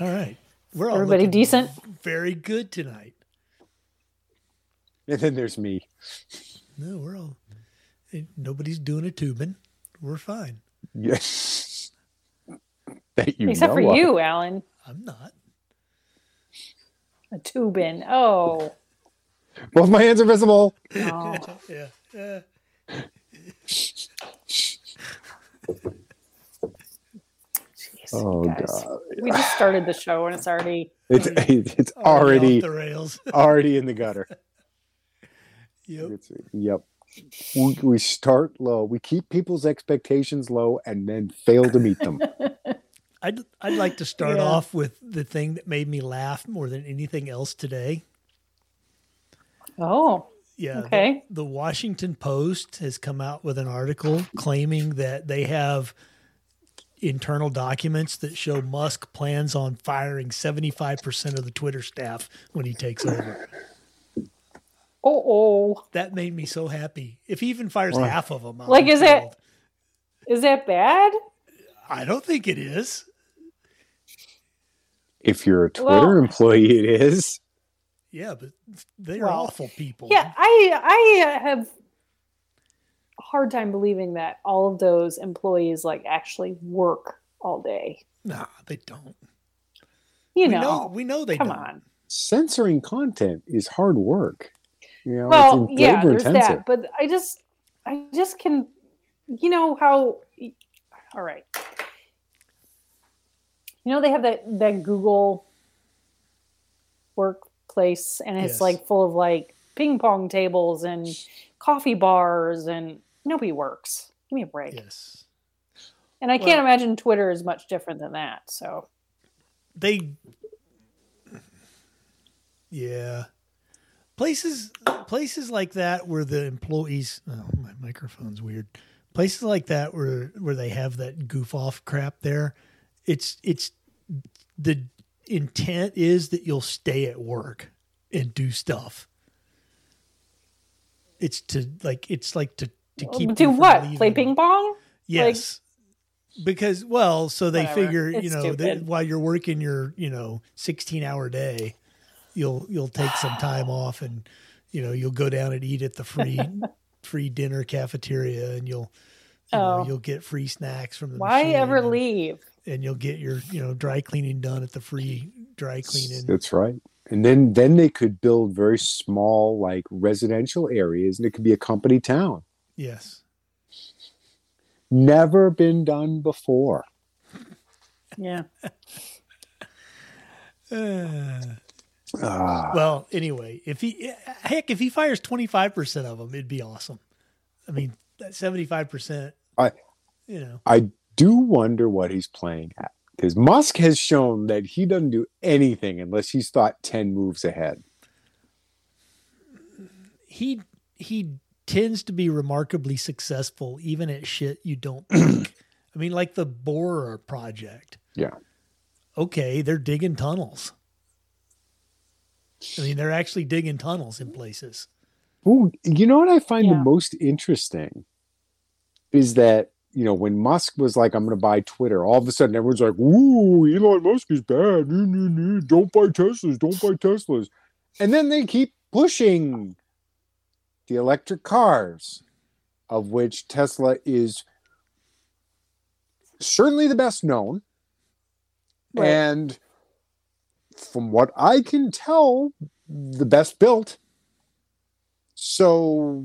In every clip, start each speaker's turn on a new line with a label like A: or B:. A: All right. We're
B: Oh,
A: all
C: Everybody
A: looking
C: decent?
A: Very good tonight.
B: And then there's me.
A: No, we're all. ain't- Nobody's doing a tubing. We're fine.
B: Yes. that you
C: Except
B: know
C: for
B: of.
C: you, Alan.
A: I'm not.
C: A tube in. Oh.
B: Both my hands are visible.
C: no.
A: Yeah. Uh,
C: Jeez,
B: Oh
C: guys.
B: god.
C: We just started the show and it's already
B: It's it's already
A: off the rails.
B: already in the gutter.
A: Yep.
B: It's- yep. We, we start low. We keep people's expectations low and then fail to meet them.
A: I'd I'd like to start
C: Yeah.
A: off with the thing that made me laugh more than anything else today.
C: Oh.
A: Yeah. the-
C: Okay.
A: The, Washington Post has come out with an article claiming that they have internal documents that show Musk plans on firing 75% of the Twitter staff when he takes over.
C: Oh oh.
A: That made me so happy. If he even fires
B: Wow.
A: half of them, I'll
C: Like,
A: be
C: is it-
A: thrilled.
C: Is that bad?
A: I don't think it is.
B: If you're a Twitter
C: Well-
B: employee, it is.
A: Yeah, but they're
C: Well,
A: awful people.
C: Yeah, I I have a hard time believing that all of those employees like actually work all day.
A: Nah, they don't.
C: You
A: we
C: know.
A: we know they
C: Come
A: don't.
C: on.
B: Censoring content is hard work. You know,
C: well,
B: it's
C: yeah,
B: labor
C: there's
B: intensive.
C: that. But I just, I just can, you know how? All right. You know they have that that Google workplace, and it's
A: Yes.
C: like full of like ping pong tables and coffee bars, and nobody works. Give me a break.
A: Yes.
C: And I can't
A: Well-
C: imagine Twitter is much different than that. So
A: they yeah places places like that where the employees oh my microphone's weird places like that where where they have that goof off crap there it's it's the intent is that you'll stay at work and do stuff it's to like it's like to to keep you
C: do
A: from
C: what? Play
A: leaving.
C: ping pong?
A: Yes. because well, so they
C: Whatever.
A: figure, you
C: It's
A: know, that
C: stupid.
A: while you're working your, you know, 16-hour day, you'll you'll take some time off and you know, you'll go down and eat at the free free dinner cafeteria and you'll you know,
C: Oh.
A: you'll get free snacks from the
C: Why
A: machine
C: ever
A: and,
C: leave?
A: and you'll get your, you know, dry cleaning done at the free dry cleaning.
B: That's right. And then then they could build very small like residential areas and it could be a company town.
A: Yes.
B: Never been done before.
C: Yeah.
A: Uh,
B: Ah,
A: Well, anyway, if he heck, if he fires twenty five percent of them, it'd be awesome. I mean, seventy five percent.
B: I-
A: you know,
B: I do wonder what he's playing at because Musk has shown that he doesn't do anything unless he's thought 10 moves ahead.
A: he he tends to be remarkably successful even at shit you don't. think. I mean, like the Borer project.
B: Yeah.
A: Okay, they're digging tunnels. I mean, they're actually digging tunnels in places.
B: Ooh, you know what I find
C: Yeah.
B: the most interesting is that, you know, when Musk was like, I'm going to buy Twitter, all of a sudden everyone's like, ooh, Elon Musk is bad. Mm, mm, mm. Don't buy Teslas. Don't buy Teslas. And then they keep pushing the electric cars, of which Tesla is certainly the best known.
C: Right.
B: And from what I can tell, the best built. So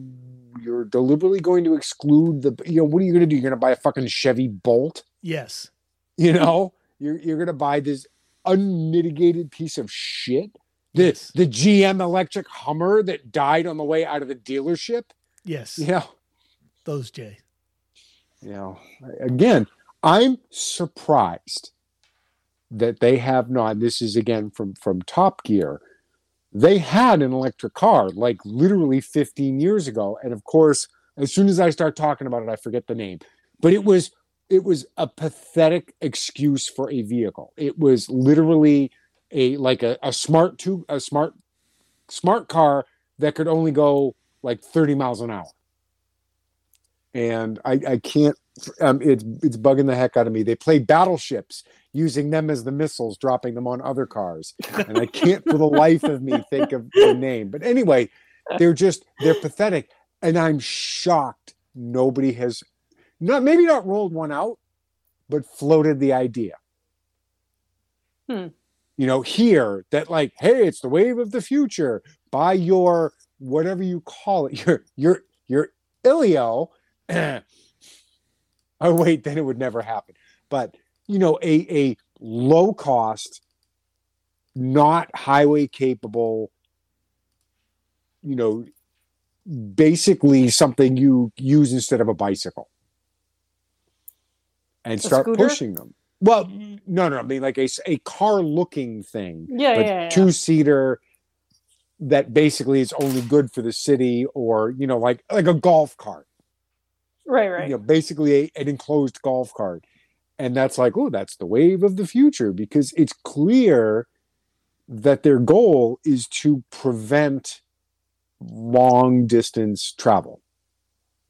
B: you're deliberately going to exclude the, you know, what are you going to do? You're going to buy a fucking Chevy Bolt?
A: Yes.
B: You know, you're, you're going to buy this unmitigated piece of shit? The,
A: Yes.
B: the GM electric Hummer that died on the way out of the dealership?
A: Yes.
B: Yeah.
A: Those Jay.
B: you know again i'm surprised that they have not this is again from from top gear they had an electric car like literally 15 years ago and of course as soon as i start talking about it i forget the name but it was it was a pathetic excuse for a vehicle it was literally a like a, a smart two a smart smart car that could only go like 30 miles an hour and I, I can't. Um, it's it's bugging the heck out of me. They play battleships. using them as the missiles, dropping them on other cars. And I can't for the life of me think of the name. But anyway, they're just they're pathetic. And I'm shocked nobody has not maybe not rolled one out, but floated the idea.
C: Hmm.
B: You know, here that like, hey, it's the wave of the future. Buy your whatever you call it, your your your ilio. oh wait, then it would never happen. But you know, a a low cost, not highway capable, you know, basically something you use instead of a bicycle and
C: A
B: start
C: scooter?
B: pushing them. Well,
C: Mm-hmm.
B: no, no, I mean like a, s- a car looking thing,
C: Yeah,
B: but
C: yeah, yeah.
B: two seater that basically is only good for the city or, you know, like like a golf cart,
C: right, right.
B: you know, basically a, an enclosed golf cart. And that's like, oh, that's the wave of the future because it's clear that their goal is to prevent long distance travel.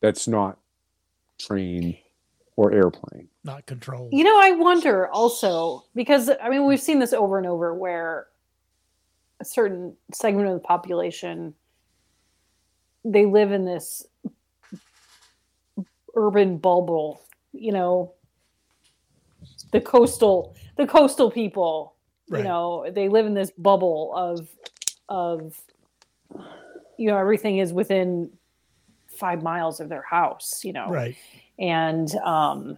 B: That's not train or airplane.
A: not controlled.
C: You know, I wonder also because I mean we've seen this over and over where a certain segment of the population they live in this urban bubble, you know, the coastal the coastal people,
A: Right.
C: you know, they live in this bubble of of you know everything is within 5 miles of their house, you know
A: right.
C: and um,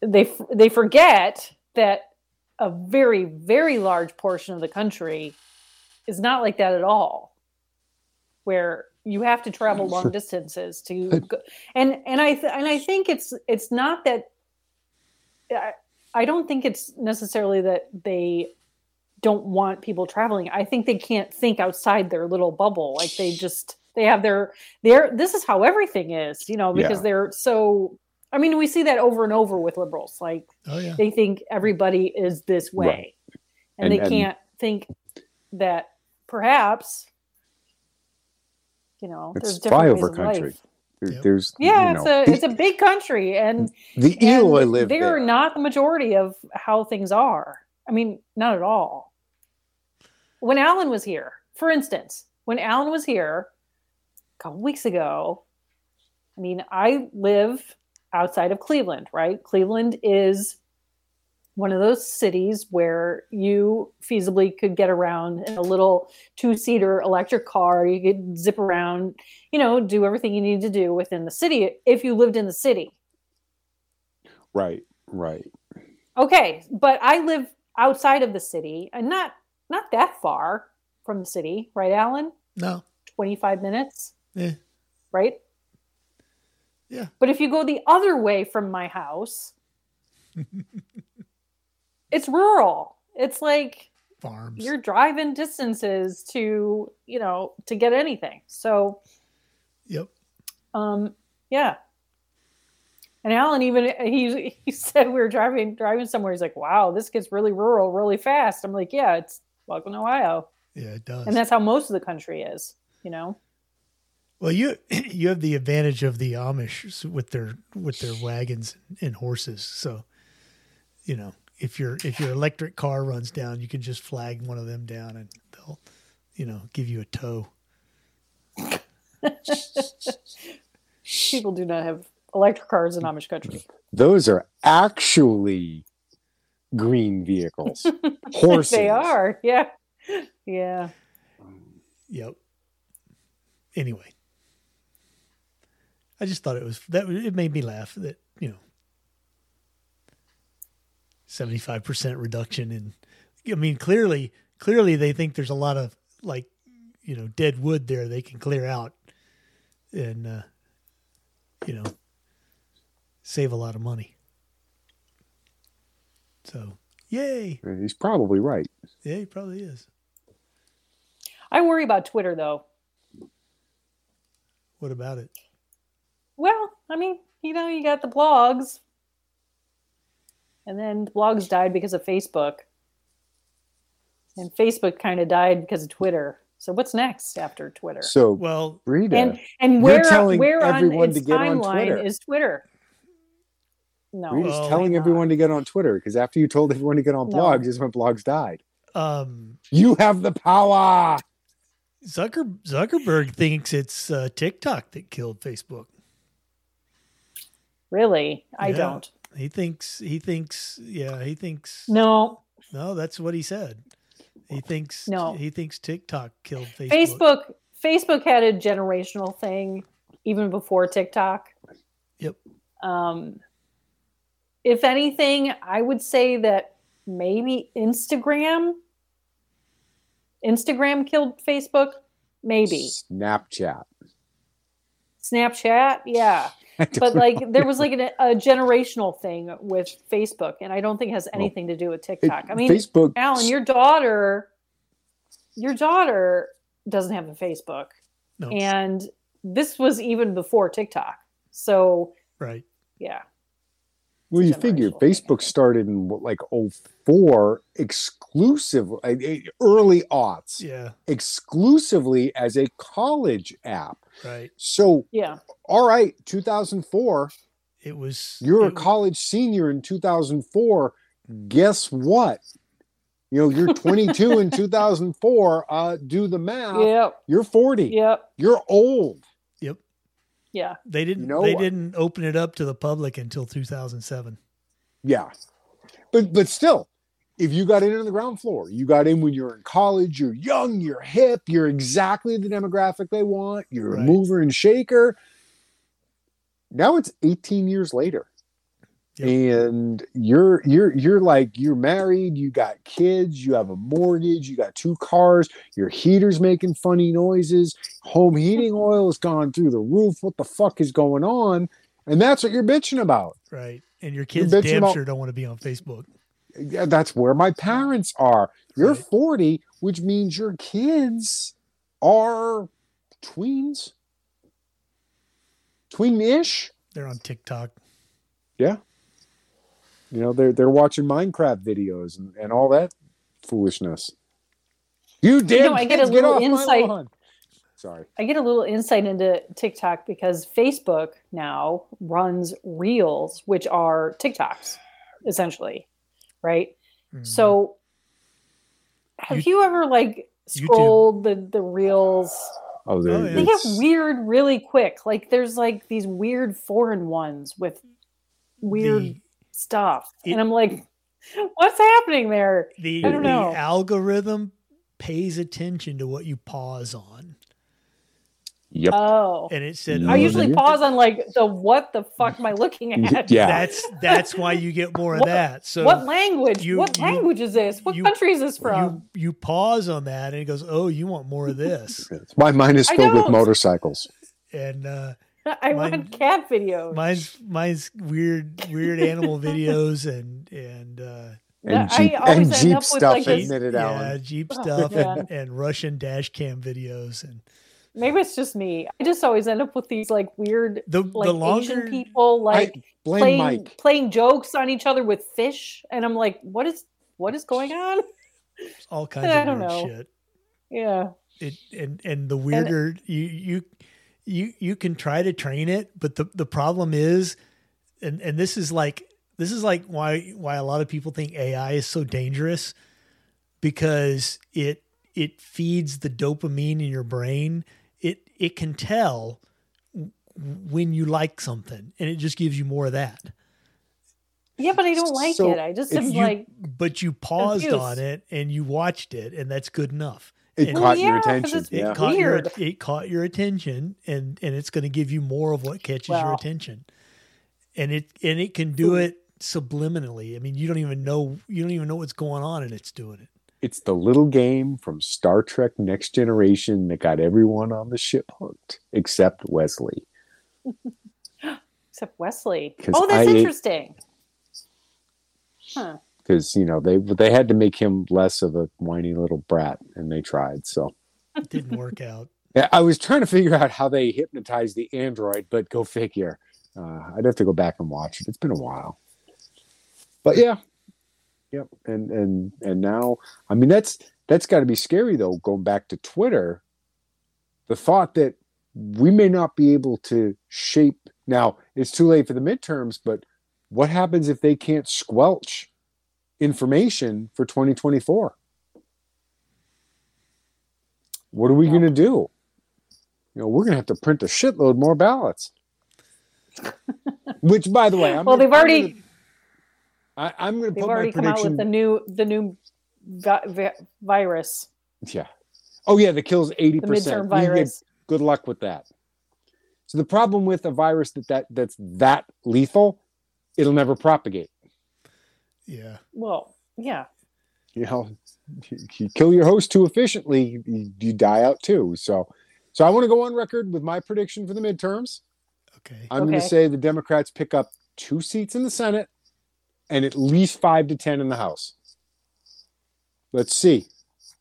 C: they f- they forget that a very very large portion of the country is not like that at all, where you have to travel long distances to go. and and I th- and I think it's it's not that I, I don't think it's necessarily that they don't want people traveling. I think they can't think outside their little bubble. Like they just they have their their this is how everything is, you know, because
B: Yeah.
C: they're so I mean, we see that over and over with liberals. Like
A: Oh yeah.
C: they think everybody is this way.
B: Right.
C: And,
B: And-
C: they
B: and-
C: can't think that perhaps you know, there's
B: It's
C: different ways
B: flyover
C: of
B: country.
C: life.
B: There-
A: Yep.
B: There's
C: Yeah,
B: you
C: it's
B: know,
C: a it's a big country, and
B: the
C: and
B: eel I live
C: they
B: there.
C: are not the majority of how things are. I mean, not at all. When Alan was here, for instance, when Alan was here a couple weeks ago, I mean, I live outside of Cleveland, right? Cleveland is one of those cities where you feasibly could get around in a little two seater electric car. You could zip around, you know, do everything you need to do within the city if you lived in the city.
B: right, right.
C: Okay, but I live outside of the city and not not that far from the city, right, Alan?
A: No.
C: Twenty five minutes,
A: Yeah.
C: right?
A: Yeah.
C: But if you go the other way from my house, it's rural. It's like
A: Farms.
C: you're driving distances to you know to get anything. So
A: Yep.
C: Um, yeah. And Alan even he he said we were driving driving somewhere. He's like, "Wow, this gets really rural really fast." I'm like, "Yeah, it's Welcome Ohio,"
A: Yeah, it does.
C: and that's how most of the country is. You know,
A: Well, you you have the advantage of the Amish with their with their wagons and horses. So, you know, if your if your electric car runs down, you can just flag one of them down and they'll, you know, give you a tow.
C: people do not have electric cars in Amish country.
B: Those are actually green vehicles. Horses.
C: They are, yeah, yeah.
A: Yep. Anyway, I just thought it was that it made me laugh that you know seventy five percent reduction in. I mean, clearly, clearly they think there's a lot of like you know dead wood there they can clear out and uh, you know save a lot of money. So yay!
B: He's probably right.
A: Yeah, he probably is.
C: I worry about Twitter though.
A: What about it?
C: Well, I mean, you know, you got the blogs, and then the blogs died because of Facebook, and Facebook kind of died because of Twitter. So what's next after Twitter?
B: So
A: Well,
B: Rita,
C: and and where
B: telling
C: where on
B: everyone
C: its
B: to get on
C: timeline
B: Twitter.
C: is Twitter? No.
B: We're just
A: Well-
B: telling everyone to get on Twitter because after you told everyone to get on
C: No.
B: blogs is when blogs died.
A: Um,
B: You have the power.
A: Zucker Zuckerberg thinks it's uh, TikTok that killed Facebook.
C: Really? I
A: Yeah.
C: don't.
A: He thinks he thinks yeah he thinks
C: No.
A: no that's what he said. He thinks
C: No.
A: he thinks TikTok killed Facebook.
C: Facebook Facebook had a generational thing even before TikTok.
A: Yep.
C: Um if anything, I would say that maybe Instagram Instagram killed Facebook, maybe.
B: Snapchat.
C: Snapchat, yeah.
B: I don't
C: But
B: know.
C: like there was like an, a generational thing with Facebook and I don't think it has
B: Well,
C: anything to do with
B: It-
C: TikTok. I mean,
B: Facebook.
C: Alan, your daughter, your daughter doesn't have a Facebook,
A: No,
C: and this was even before TikTok. So
A: right.
C: yeah,
B: Well, you
C: generational
B: figure
C: thing, I
B: Facebook
C: think.
B: started in what, like 04 exclusively, eh, early aughts,
A: Yeah.
B: exclusively as a college app.
A: Right.
B: So,
C: yeah,
B: all right, 2004,
A: It was
B: you're a
A: it-
B: college senior in 2004. Guess what? You know, you're 22 in 2004. Uh, do the math.
C: yep,
B: You're 40.
C: yep,
B: You're old.
C: yeah.
A: They didn't.
B: You know
A: they
B: what?
A: didn't open it up to the public until 2007.
B: Yeah. But but still, if you got in on the ground floor, you got in when you're in college, you're young, you're hip, you're exactly the demographic they want, you're a
A: Right.
B: mover and shaker. Now it's 18 years later.
A: Yep.
B: And you're you're you're like you're married, you got kids, you have a mortgage, you got two cars, your heater's making funny noises, home heating oil has gone through the roof. What the fuck is going on? And that's what you're bitching about.
A: Right. And your kids
B: bitching
A: damn
B: about-
A: sure don't want to be on Facebook.
B: yeah, that's where my parents are. You're
A: Right.
B: 40, which means your kids are tweens, tweenish.
A: They're on TikTok.
B: You know, they're they're watching Minecraft videos and, and all that foolishness. You damn
C: know, I get a
B: kids,
C: little
B: off my
C: insight-
B: lawn. Sorry.
C: I get a little insight into TikTok because Facebook now runs Reels, which are TikToks, essentially, right?
A: Mhm.
C: So, have you, ever like
A: YouTube.
C: scrolled the the reels?
B: Oh, they're,
A: Oh, yeah.
C: They
B: it's-
C: get weird really quick. Like there's like these weird foreign ones with weird
A: The-
C: stuff,
A: it-
C: and I'm like, what's happening there?
A: the,
C: I don't
A: the
C: know.
A: algorithm pays attention to what you pause on.
B: Yep.
C: Oh,
A: And it said, oh,
C: I usually
B: yeah.
C: pause on like the what the fuck am I looking at?
B: Yeah.
A: that's that's why you get more of
C: What-
A: that. So
C: what language?
A: you-
C: what
A: you-
C: language is this? What
A: you-
C: country is this from?
A: you you pause on that and it goes, "Oh, you want more of this."
B: my mind is
C: I
B: filled with
C: don't-
B: motorcycles.
A: and uh
C: I
A: mine-
C: want cat videos.
A: mine's mine's weird weird animal videos and and uh
B: And
C: I
B: Jeep,
C: always
B: and
C: end
B: Jeep
C: up with,
B: stuff,
C: like, this-
B: isn't it,
A: yeah,
B: Alan?
A: Jeep
C: Oh,
A: stuff
C: yeah.
A: and, and Russian dash cam videos and
C: Maybe it's just me. I just always end up with these like weird
A: the
C: like
A: the longer
C: Asian people like
B: I blame
C: playing
B: Mike.
C: playing jokes on each other with fish, and I'm like, what is what is going on?
A: all kinds
C: I
A: of
C: don't
A: weird
C: know.
A: shit.
C: Yeah,
A: It and and the weirder you you you you can try to train it, but the the problem is, and and this is like this is like why why a lot of people think AI is so dangerous because it it feeds the dopamine in your brain. It it can tell w- when you like something, and it just gives you more of that.
C: yeah, but I don't like
B: So,
C: it. I just
A: if
C: am
A: you-
C: like,
A: But you paused
C: Confused.
A: on it and you watched it, and that's good enough.
B: It
A: Well,
B: caught
C: Oh,
B: your
C: yeah, 'cause
B: attention.
C: it's-
A: it
B: Yeah.
A: caught
C: Weird.
A: your it caught your attention and and it's going to give you more of what catches your
C: Well.
A: attention and it and it can do
C: Ooh.
A: it subliminally i mean you don't even know you don't even know what's going on and it's doing it
B: It's the little game from Star Trek Next Generation that got everyone on the ship hooked, except Wesley.
C: except Wesley.
B: 'Cause
C: Oh, that's
B: I ate-
C: interesting. Huh.
B: Because, you know, they they had to make him less of a whiny little brat, and they tried. So
A: it didn't work out
B: Yeah, I was trying to figure out how they hypnotized the android, but go figure. Uh, I'd have to go back and watch it. It's been a while. But yeah. Yep. And and and now I mean that's that's gotta be scary though, going back to Twitter. The thought that we may not be able to shape now it's too late for the midterms, but what happens if they can't squelch information for 2024? What are we
C: Yeah.
B: going to do? You know, we're going to have to print a shitload more ballots. Which, by the way, I'm
C: well,
B: gonna-
C: they've already
B: I'm gonna- I, I'm going to
C: they've
B: put my
C: already come out with
B: prediction.
C: the new the new vi- vi- virus,
B: yeah. Oh yeah, that kills eighty
C: the
B: percent.
C: midterm virus.
B: good luck with that. So the problem with a virus that, that that's that lethal, it'll never propagate.
A: Yeah.
C: Well, yeah,
B: You know, you, you kill your host too efficiently, you, you die out too. So, so I want to go on record with my prediction for the midterms.
A: Okay.
B: I'm going to
C: Okay.
B: say the Democrats pick up two seats in the Senate and at least five to ten in the House. Let's see.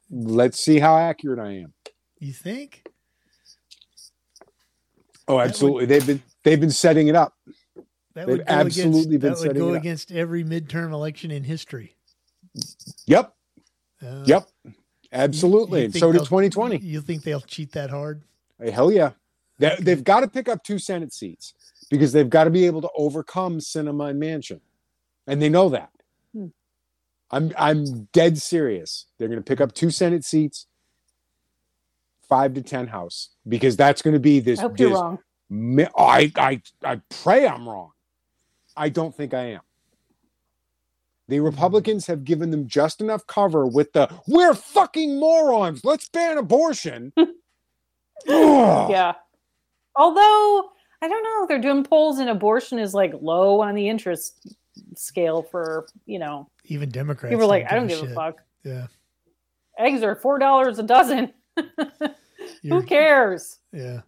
B: Let's see how accurate I am.
A: You think?
B: Oh,
A: would-
B: absolutely. They've been they've been setting it up.
A: That
B: They've
A: would go against-
B: absolutely been
A: that would
B: setting
A: go
B: it up.
A: against every midterm election in history.
B: Yep.
A: Uh,
B: Yep. Absolutely.
A: you
B: And
A: think
B: so did
A: they'll-
B: 2020.
A: You think they'll cheat that hard?
B: Hey, Hell yeah. They, they've got to pick up two Senate seats because they've got to be able to overcome Cinema and Mansion. And they know that.
C: Hmm.
B: I'm I'm dead serious. They're going to pick up two Senate seats, five to 10 House, because that's going to be this.
C: I hope you're
B: this
C: wrong.
B: mi- I, I, I pray I'm wrong. I don't think I am. The Republicans have given them just enough cover with the we're fucking morons. Let's ban abortion. Ugh.
C: Yeah. Although I don't know, they're doing polls and abortion is like low on the interest scale for you know
A: Even Democrats.
C: people are like I don't
A: give
C: give a
A: shit.
C: fuck.
A: Yeah.
C: Eggs are four dollars a dozen. Who
A: You're-
C: cares?
A: Yeah.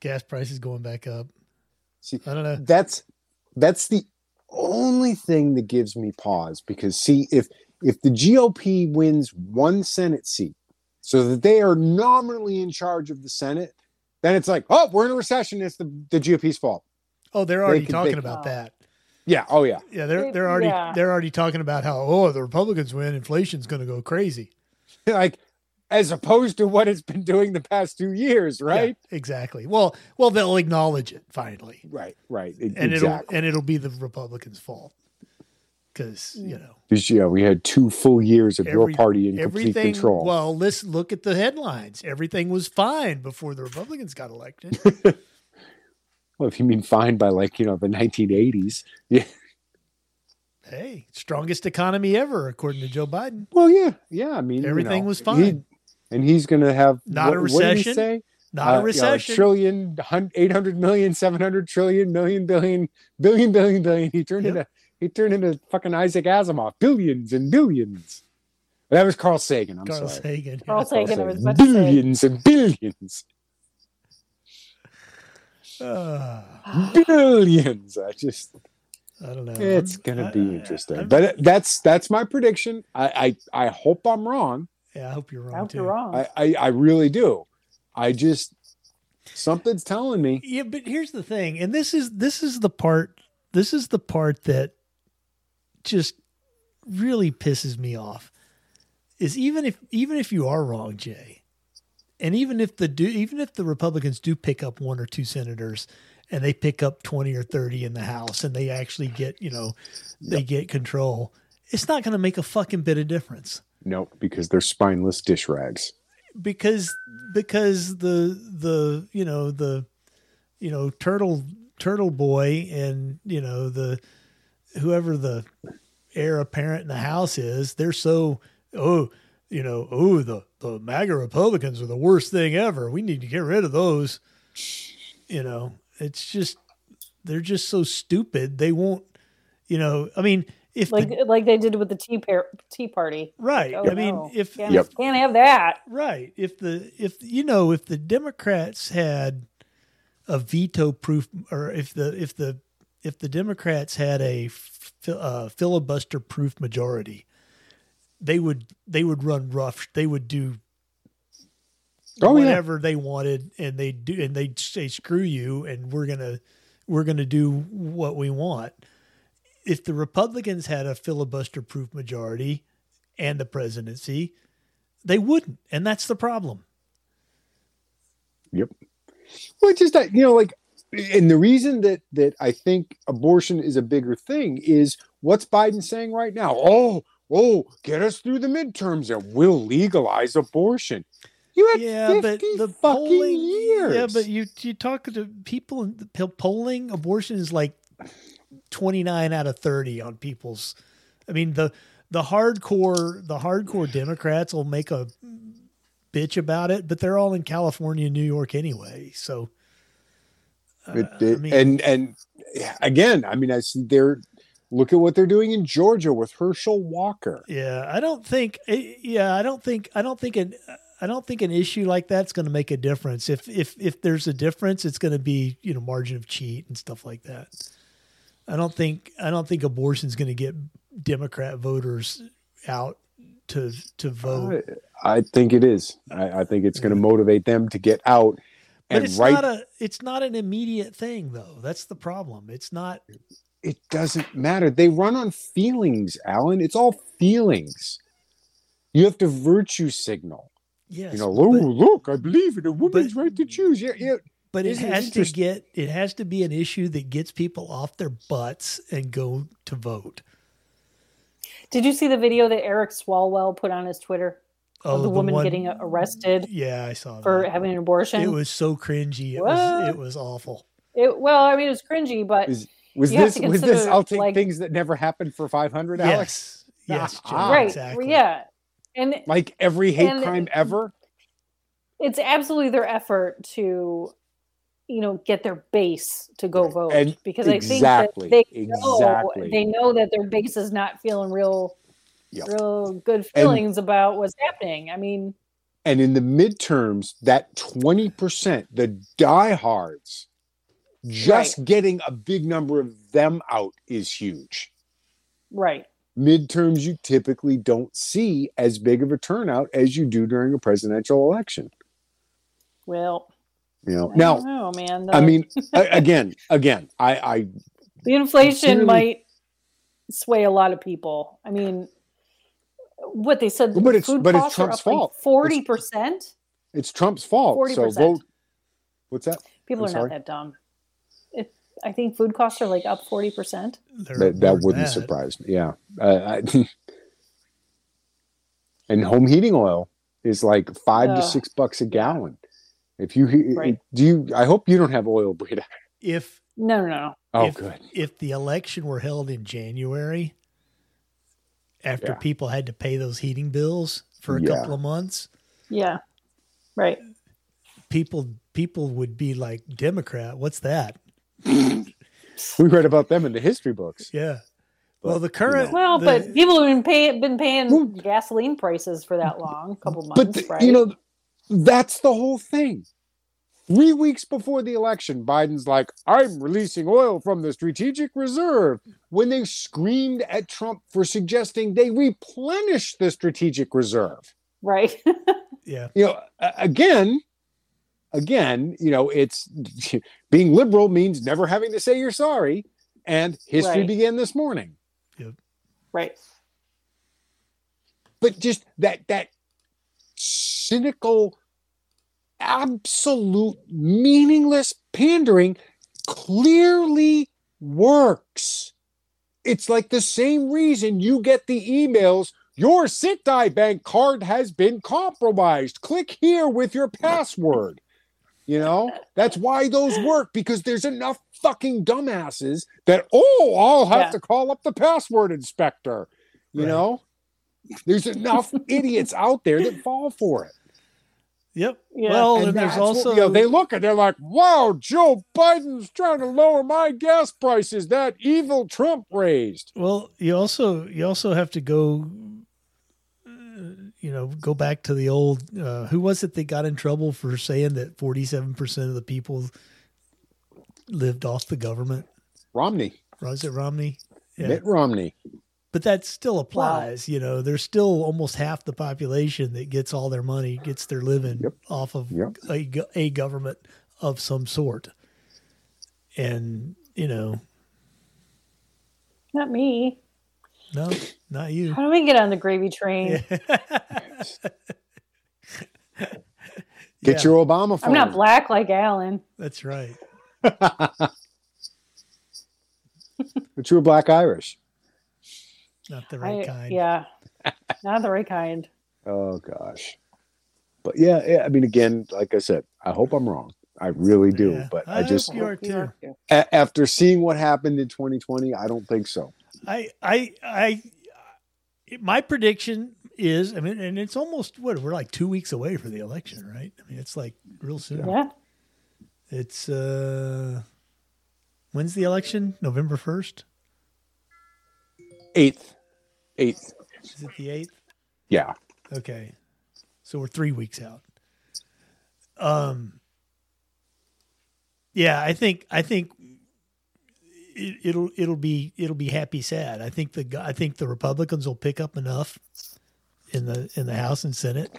A: Gas prices going back up.
B: See,
A: I don't know.
B: that's that's the only thing that gives me pause because see if if the GOP wins one Senate seat so that they are nominally in charge of the Senate, then it's like, oh, we're in a recession. It's the, the GOP's fault.
A: Oh, they're already
B: could- they
A: talking
B: could-
A: about
C: Wow.
A: that.
B: Yeah. Oh yeah.
A: Yeah, they're
C: It-
A: they're already
C: yeah.
A: they're already talking about how oh if the Republicans win, inflation's going to go crazy.
B: like as opposed to what it's been doing the past two years,
A: Yeah,
B: right?
A: exactly. Well, well, they'll acknowledge it finally,
B: Right, right, e-
A: and
B: exactly.
A: it'll and it'll be the Republicans' fault because you know
B: Because, yeah, we had two full years of your
A: Every-
B: party in complete
A: everything.
B: control.
A: Well, let's look at the headlines. Everything was fine before the Republicans got elected.
B: Well, if you mean fine by like you know the 1980s,
A: hey, strongest economy ever according to Joe Biden.
B: well, yeah, yeah. I mean, you
A: Everything
B: know,
A: was
B: he-
A: fine.
B: and he's going to have
A: Not a
B: what- what did he
A: recession,
B: say?
A: Not
B: Uh,
A: a
B: you know,
A: recession.
B: trillion, hun- 800 million, 700 trillion, million, billion, billion, billion, billion. He turned
A: Yep.
B: into he turned into fucking Isaac Asimov, billions and billions. That was Carl Sagan. I'm
A: Carl
B: sorry.
A: Sagan. Ah,
C: Carl
A: yeah.
C: Sagan, I was about to say.
B: billions and billions.
A: Ah,
B: billions. I just
A: I don't know.
B: it's
A: I'm-
B: gonna
A: I-
B: be
A: I-
B: interesting.
A: Uh, I'm-
B: but that's that's my prediction. I I, I hope I'm wrong.
A: yeah, I hope you're wrong.
C: I hope
A: too.
C: you're wrong.
B: I, I I really do. I just something's telling me.
A: Yeah, but here's the thing, and this is this is the part this is the part that just really pisses me off is even if even if you are wrong, Jay, and even if the do even if the Republicans do pick up one or two senators and they pick up 20 or 30 in the House and they actually get, you know, they get control, it's not going to make a fucking bit of difference
B: Nope, because they're spineless dish rags.
A: because because the the you know the you know turtle turtle boy and you know the whoever the heir apparent in the house is they're so oh you know oh the the MAGA Republicans are the worst thing ever we need to get rid of those you know it's just they're just so stupid they won't you know I mean if the-
C: like like they did with the tea par- tea party.
A: right
C: Oh,
A: I mean
C: no.
A: if
C: can't,
B: Yep.
C: can't have that.
A: Right. If the if you know if the Democrats had a veto proof or if the if the if the Democrats had a fi- uh, filibuster proof majority, they would they would run rough. They would do
B: Oh, yeah.
A: whatever they wanted, and they do and they would say screw you, and we're gonna we're gonna do what we want. If the Republicans had a filibuster proof majority and the presidency, they wouldn't, and that's the problem.
B: Well, it's just that you know, like and the reason that that I think abortion is a bigger thing is what's Biden saying right now? Oh, oh, get us through the midterms and we'll legalize abortion. You had
A: yeah, but
B: 50
A: the
B: fucking
A: polling.
B: years.
A: Yeah, but you you talk to people in the po- polling. Abortion is like twenty nine out of thirty on people's. I mean the the hardcore the hardcore Democrats will make a bitch about it, but they're all in California, New York anyway. So uh,
B: It-
A: I
B: it-
A: mean,
B: and and again, I mean, I see they're look at what they're doing in Georgia with Herschel Walker.
A: yeah, I don't think. eh, Yeah, I don't think. I don't think an. I don't think an issue like that's going to make a difference. If if if there's a difference, it's going to be you know margin of cheat and stuff like that. I don't think. I don't think abortion's going to get Democrat voters out to to vote.
B: I think it is. I, I think it's going to motivate them to get out
A: but
B: and
A: it's
B: right.
A: not a. It's not an immediate thing though. That's the problem. It's not.
B: it doesn't matter. They run on feelings, Alan. It's all feelings. You have to virtue signal.
A: Yes.
B: you know,
A: but-
B: oh, look, I believe in a woman's right to choose. Yeah, yeah.
A: but it
B: Isn't it
A: has to
B: interest-
A: get it has to be an issue that gets people off their butts and go to vote.
C: Did you see the video that Eric Swalwell put on his Twitter
A: Oh,
C: of the, woman getting arrested
A: yeah, I saw
C: for
A: that.
C: having an abortion?
A: Uh, It was so cringy. It was
C: What?
A: it was awful.
C: It- well, I mean, it was cringy, but
B: Is- Was
C: You have
B: this
C: to
B: was this?
C: consider,
B: I'll take
C: like-
B: things that never happened for five hundred, Alex.
A: Yes, yes, Jen,
B: Ah,
C: right,
A: exactly.
C: yeah, and
B: Like every hate
C: And-
B: crime ever.
C: it's absolutely their effort to, you know, get their base to go
B: Right.
C: vote
B: And
C: because
B: exactly,
C: I think that they
B: exactly.
C: know they know that their base is not feeling real,
B: Yep.
C: real good feelings about what's happening. I mean,
B: And in the midterms, that 20%, the diehards, just getting a big number of them out is huge.
C: right,
B: Midterms, you typically don't see as big of a turnout as you do during a presidential election.
C: well,
B: You know,
C: I
B: now,
C: don't know, man.
B: I
C: The-
B: mean, a- again, again, I, I,
C: the inflation
B: Sincerely-
C: might sway a lot of people. I mean, what they said,
B: But it's-
C: food
B: but it's
C: costs are
B: Trump's
C: up
B: fault. It's-
C: Forty percent.
B: it's Trump's fault. So
C: 40%.
B: vote. What's that?
C: People
B: I'm
C: are
B: sorry?
C: not that dumb. It, I think food costs are like up forty percent.
A: They're
B: That, that
A: more
B: wouldn't
A: bad.
B: surprise me. Yeah. Uh, I, and home heating oil is like five to
C: Ugh.
B: six bucks a gallon. If you he-
C: Right.
B: do you, I hope you don't have oil, Brita.
A: If
C: No, no, no.
B: Oh,
A: if,
B: good.
A: If the election were held in January, after
B: Yeah.
A: people had to pay those heating bills for a
B: Yeah.
A: couple of months,
C: Yeah, right.
A: people people would be like, "Democrat, what's that?"
B: We read about them in the history books.
A: Yeah.
B: But,
A: well, the current
C: Well,
A: the-
C: but people have been paying been paying
B: Well-
C: gasoline prices for that long, couple months,
B: But th-
C: right?
B: you know, that's the whole thing. Three weeks before the election, Biden's like, I'm releasing oil from the strategic reserve. When they screamed at Trump for suggesting they replenish the strategic reserve.
C: right?
A: yeah,
B: you know a- again again you know it's being liberal means never having to say you're sorry and history
C: Right.
B: began this morning
C: right.
B: but just that that cynical absolute meaningless pandering clearly works it's like the same reason you get the emails your sitdi bank card has been compromised click here with your password you know that's why those work because there's enough fucking dumbasses that oh i'll have
C: Yeah.
B: to call up the password inspector you
A: Right.
B: know there's enough idiots out there that fall for it.
A: yep.
C: Yeah.
A: Well, Oh, and,
B: that's
A: there's
B: what-
A: also
B: you know, they look and they're like, "Wow, Joe Biden's trying to lower my gas prices. That evil Trump raised."
A: well, you also you also have to go, uh, you know, go back to the old. Uh, who was it that got in trouble for saying that forty seven percent of the people lived off the government?
B: Romney,
A: Was it Romney? Yeah.
B: Mitt Romney.
A: But that still applies. You know, there's still almost half the population that gets all their money, gets their living
B: Yep.
A: off of
B: Yep.
A: a, go- a government of some sort. And, you know,
C: Not me.
A: no, not you.
C: How do we get on the gravy train?
B: Get
A: Yeah,
B: your Obama phone.
C: I'm not black like Alan.
A: That's right.
B: but you were black Irish.
A: Not the right
C: I-
A: kind.
C: Yeah. Not the right kind.
B: Oh gosh. But yeah, yeah, I mean, again, like I said, I hope I'm wrong. I really do.
A: Yeah.
B: But
A: I
B: I
A: hope
B: just
A: You are too.
B: a- after seeing what happened in 2020, I don't think so.
A: I, I, I, my prediction is, I mean, and it's almost what we're like two weeks away for the election, right? I mean, it's like real soon.
C: Yeah.
A: It's uh, when's the election? November first.
B: Eighth, eighth,
A: Is it the eighth?
B: yeah,
A: Okay. So we're three weeks out. Um Yeah, I think I think it, it'll it'll be it'll be happy sad. I think the gu- I think the Republicans will pick up enough in the in the House and Senate.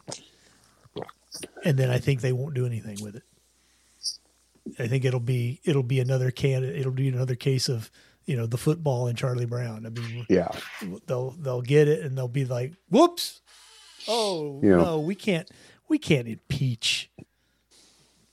A: And then I think they won't do anything with it. I think it'll be it'll be another can it'll be another case of, you know, the football and Charlie Brown. I mean,
B: yeah.
A: they'll they'll get it and they'll be like, "Whoops! Oh
B: Yeah.
A: no, we can't we can't impeach.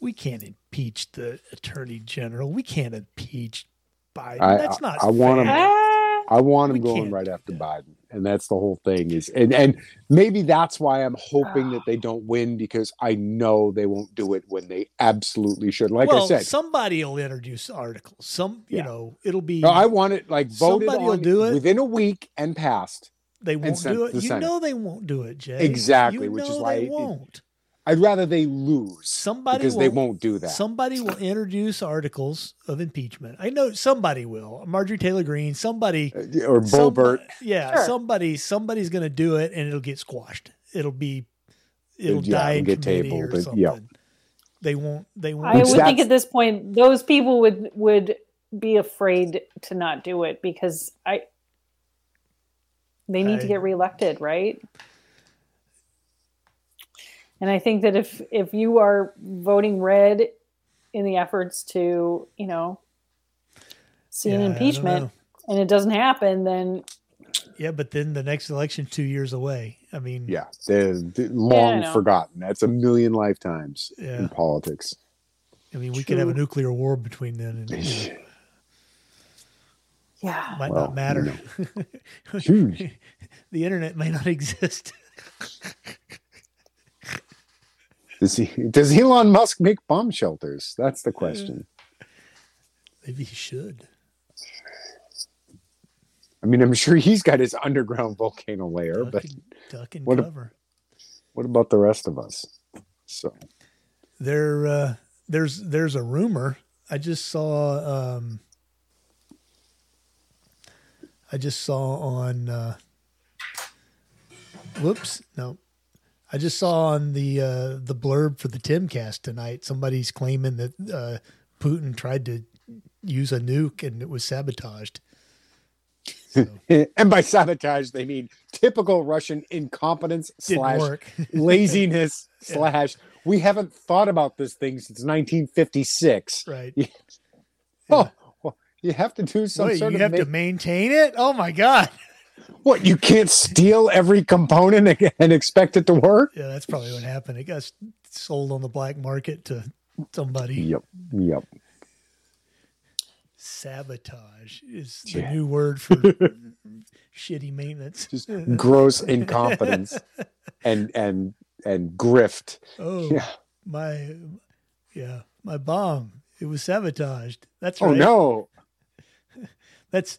A: We can't impeach the attorney general. We can't impeach Biden.
B: I-
A: That's not.
B: I want him-
A: fair."
C: Ah,
B: I want him
A: We
B: going
A: can't
B: right
A: do
B: after
A: that.
B: Biden, and that's the whole thing. Is and and maybe that's why I'm hoping
A: Ah.
B: that they don't win because I know they won't do it when they absolutely should. Like
A: well,
B: I said,
A: somebody will introduce articles. Some, you
B: Yeah.
A: know, it'll be
B: no, I want it like voted
A: somebody will
B: on
A: do it.
B: within a week and passed.
A: they won't
B: sent
A: do
B: to
A: it.
B: the
A: You
B: Senate.
A: know they won't do it, Jay.
B: Exactly,
A: You
B: which is
A: know
B: why
A: they
B: it-
A: won't.
B: I'd rather they lose
A: Somebody
B: because
A: will,
B: they won't do that.
A: Somebody will introduce articles of impeachment. I know somebody will. Marjorie Taylor Greene. Somebody.
B: Uh, or
A: Some-
B: Bobert.
A: yeah,
C: Sure.
A: somebody somebody's going to do it, and it'll get squashed. It'll be it'll
B: Yeah,
A: die
B: it'll
A: in
B: get
A: committee
B: tabled,
A: or
B: but
A: something.
B: yeah.
A: They won't. They won't.
C: I
B: Which
C: would think
B: that's-
C: at this point those people would would be afraid to not do it because I they need to
A: I-
C: get reelected, right? And I think that if if you are voting red in the efforts to, you know, see
A: Yeah, I
C: an
A: don't
C: impeachment and it doesn't happen, then
A: yeah, but then the next election two years away. I mean,
B: Yeah, they're, they're long
C: know.
B: forgotten. That's a million lifetimes
A: yeah.
B: in politics.
A: I mean, we could have a
C: True.
A: nuclear war between then, and you know,
C: yeah.
A: might
B: Well,
A: not matter.
B: Huge.
A: the internet may not exist.
B: Does he? Does Elon Musk make bomb shelters? That's
A: Mm.
B: the question.
A: Maybe he should.
B: I mean, I'm sure he's got his underground volcano layer,
A: Duck,
B: but
A: and, duck and
B: What a-
A: cover.
B: what about the rest of us? So
A: there uh, there's there's a rumor I just saw um, I just saw on uh, whoops no I just saw on the uh, the blurb for the Timcast tonight somebody's claiming that uh, Putin tried to use a nuke and it was sabotaged. So,
B: and by sabotage, they mean typical Russian incompetence
A: didn't
B: slash
A: work.
B: laziness
A: Yeah.
B: slash. We haven't thought about this thing since 1956.
A: right.
B: Oh, well, you have to do some
A: Wait, you
B: sort of
A: have
B: ma-
A: to maintain it? Oh my god.
B: What you can't steal every component ag- and expect it to work?
A: Yeah, that's probably what happened. It got s- sold on the black market to somebody.
B: Yep, yep.
A: Sabotage is the
B: Yeah.
A: new word for shitty maintenance.
B: Just gross incompetence and and and grift.
A: Oh,
B: Yeah.
A: my, yeah, my bomb. It was sabotaged. That's
B: Oh
A: right.
B: no.
A: That's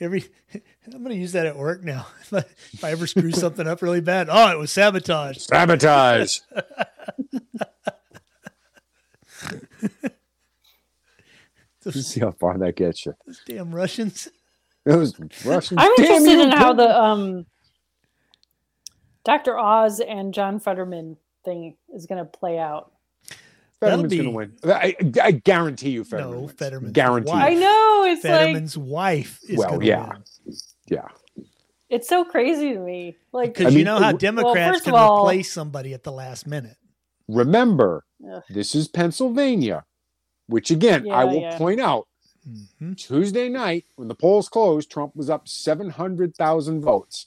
A: every. I'm going to use that at work now. If I, if I ever screw something up really bad, oh, it was sabotaged.
B: Sabotage. Let's see how far that gets you.
A: Those damn Russians.
B: Those Russians.
C: I'm
B: Damn
C: interested
B: you,
C: in how
B: Putin.
C: the um Dr. Oz and John Fetterman thing is gonna play out.
B: Fetterman's
A: That'll be-
B: gonna win. I, I guarantee you, Fetterman.
A: No,
B: wins.
A: Fetterman's
B: Guarantee.
A: wife.
C: I know it's like
A: Fetterman's wife is
B: Well,
A: going to
B: yeah.
A: win.
C: It's so crazy to me. Like,
A: Because
B: I
A: you
B: mean,
A: know how
B: well,
A: Democrats
C: first
A: can
C: of all-
A: replace somebody at the last minute.
B: Remember,
C: Ugh.
B: this is Pennsylvania, which again
C: Yeah,
B: I will
C: yeah.
B: point out.
A: hmm
B: Tuesday night, when the polls closed, Trump was up 700,000 votes.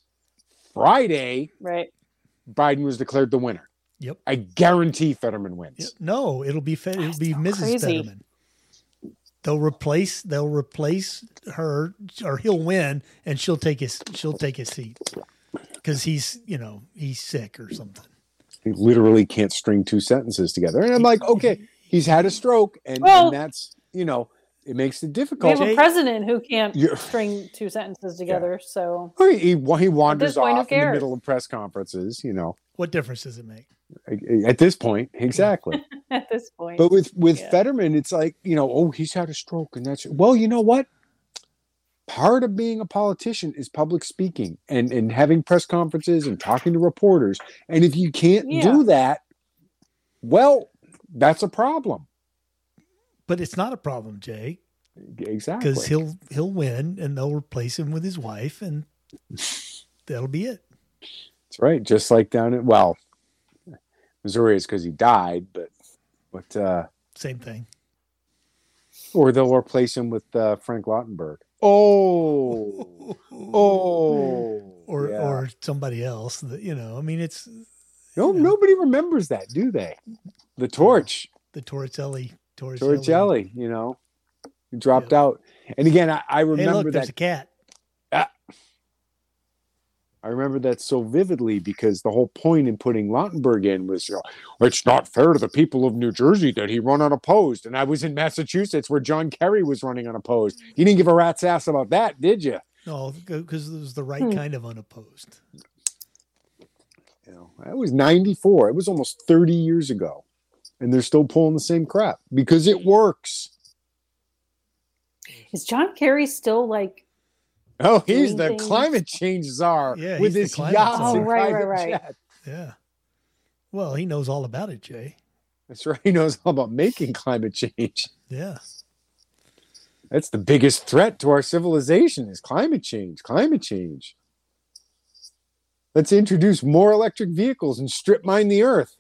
B: Friday,
C: right?
B: Biden was declared the winner.
A: Yep.
B: I guarantee Fetterman wins.
A: Yep. No, it'll be Fe- it'll
C: That's
A: be
C: so
A: Mrs.
C: crazy.
A: Fetterman. They'll replace. They'll replace her, or he'll win, and she'll take his. She'll take his seat because he's, you know, he's sick or something.
B: He literally can't string two sentences together. And I'm like, okay, he's had a stroke, and,
C: Well-
B: and that's you know, it makes
C: We
B: it
C: have
B: difficult.
A: Jake-
C: a president who can't
B: Yeah.
C: string two sentences together. So
B: Or He, he wanders
C: point, who
B: off in the
C: cares?
B: middle of press conferences, you know.
A: What difference does it make?
B: At this point, exactly.
C: at this point,
B: But with with
C: Yeah.
B: Fetterman, it's like you know, oh, he's had a stroke, and that's well, you know what? Part of being a politician is public speaking and and having press conferences and talking to reporters. And if you can't
C: Yeah.
B: do that, well, that's a problem.
A: But it's not a problem, Jay,
B: Exactly.
A: because he'll he'll win, and they'll replace him with his wife, and that'll be it.
B: that's right. Just like down in well, Missouri is because he died, but but uh,
A: Same thing.
B: or they'll replace him with uh, Frank Lautenberg. Oh, oh,
A: or
B: yeah.
A: or somebody else that you know i mean it's
B: No,
A: Yeah.
B: nobody remembers that, do they? The torch,
A: the torricelli torricelli
B: Torricelli, you know, he dropped out. And again, I, I
A: hey
B: remember
A: look there's
B: that.
A: a cat
B: I remember that so vividly because the whole point in putting Lautenberg in was, you know, it's not fair to the people of New Jersey that he run unopposed. And I was in Massachusetts where John Kerry was running unopposed.
C: Mm-hmm.
B: You didn't give a rat's ass about that, did you?
A: no because it was the right
C: Hmm.
A: kind of unopposed
B: You know, that was 94. It was almost 30 years ago. And they're still pulling the same crap because it works.
C: is John Kerry still like?
B: Oh, he's
C: Doing
B: the
C: things.
B: czar change czar
A: Yeah,
B: with
A: he's the
B: his
A: climate
B: yachts
A: czar.
B: and
C: Oh, right,
B: private
C: right, right.
B: jet.
A: yeah well he knows all about it jay
B: That's right. He knows all about making climate change.
A: yeah
B: That's the biggest threat to our civilization is climate change. Climate change. Let's introduce more electric vehicles and strip mine the earth.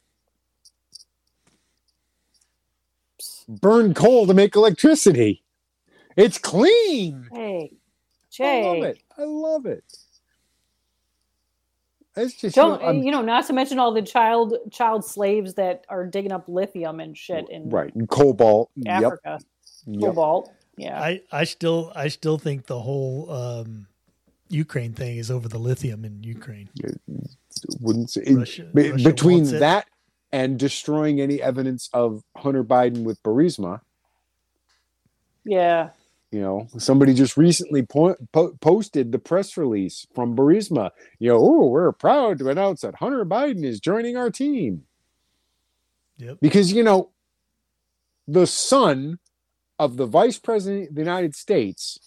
B: Burn coal to make electricity. It's clean.
C: Hey,
B: I love
C: Jay,
B: it. I love it. That's just you know,
C: don't
B: I'm-
C: you know? Not to mention all the child child slaves that are digging up lithium and shit in
B: right. Cobalt. Yep.
C: Africa,
B: Yep.
C: cobalt. Yeah,
A: i i still i still think the whole um ukraine thing is over the lithium in ukraine
B: wouldn't say,
A: Russia-
B: be-
A: Russia
B: between
A: wants it.
B: that and destroying any evidence of Hunter Biden with Burisma.
C: yeah.
B: You know, somebody just recently po- po- posted the press release from Burisma. You know, oh, we're proud to announce that Hunter Biden is joining our team
A: yep
B: because you know the son of the vice president of the united states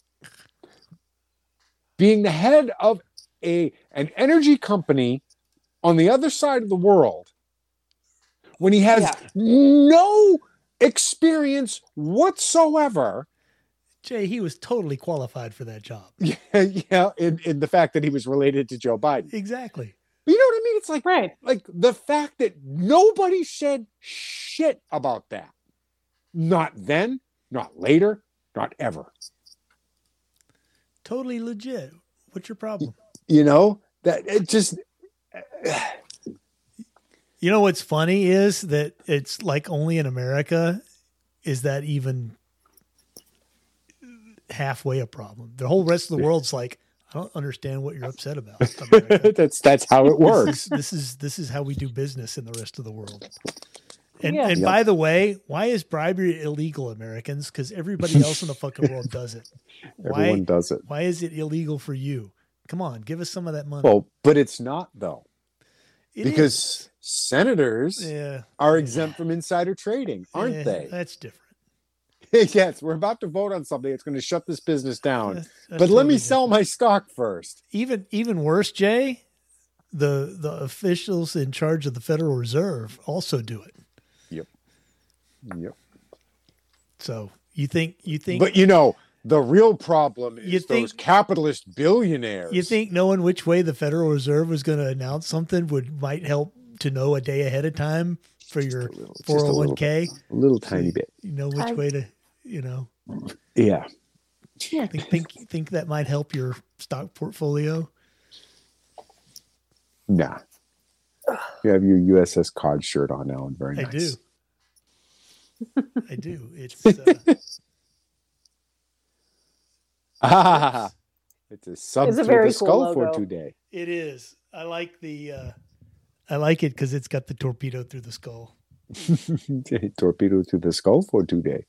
B: being the head of a an energy company on the other side of the world when he has
C: Yeah.
B: no experience whatsoever
A: jay he was totally qualified for that job
B: yeah, in, in the fact that he was related to joe biden
A: exactly
B: you know what i mean it's like
C: Right.
B: like the fact that nobody said shit about that. Not then, not later, not ever.
A: totally legit what's your problem
B: You know, that it just
A: You know what's funny is that it's like only in America is that even halfway a problem. The whole rest of the world's like, I don't understand what you're upset about. America.
B: that's that's how it works.
A: This, this is this is how we do business in the rest of the world. And
C: Yeah.
A: and
B: Yeah.
A: by the way, why is bribery illegal, Americans? Because everybody else in the fucking world does it.
B: Everyone
A: Why
B: does it.
A: why is it illegal for you? Come on, give us some of that money.
B: Well, but it's not though.
A: It
B: because senators
A: is. yeah,
B: are exempt from insider trading, aren't
A: yeah,
B: they?
A: That's different.
B: yes, we're about to vote on something that's going to shut this business down.
A: That's- that's
B: but let
A: totally
B: me
A: different.
B: sell my stock first.
A: even even worse, Jay, the the officials in charge of the Federal Reserve also do it.
B: Yep.
A: So you think you think
B: But you know, the real problem is
A: You think-
B: those capitalist billionaires.
A: you think knowing which way the Federal Reserve was going to announce something would might help to know a day ahead of time for your
B: a little- just a
A: four
B: little
A: hundred one k.
B: a little tiny bit.
A: You know which
C: I-
A: way to you know
B: Yeah.
A: think think think that might help your stock portfolio.
B: Nah. You have your USS Cod shirt on now, and very
A: I
B: nice.
A: do. I do. It's uh,
B: Ah, it's a sub
C: It's a
B: to
C: very
B: the
C: cool
B: skull for
C: logo.
B: today.
A: It is. I like the. Uh, I like it because it's got the torpedo through the skull.
B: Torpedo to the skull for today.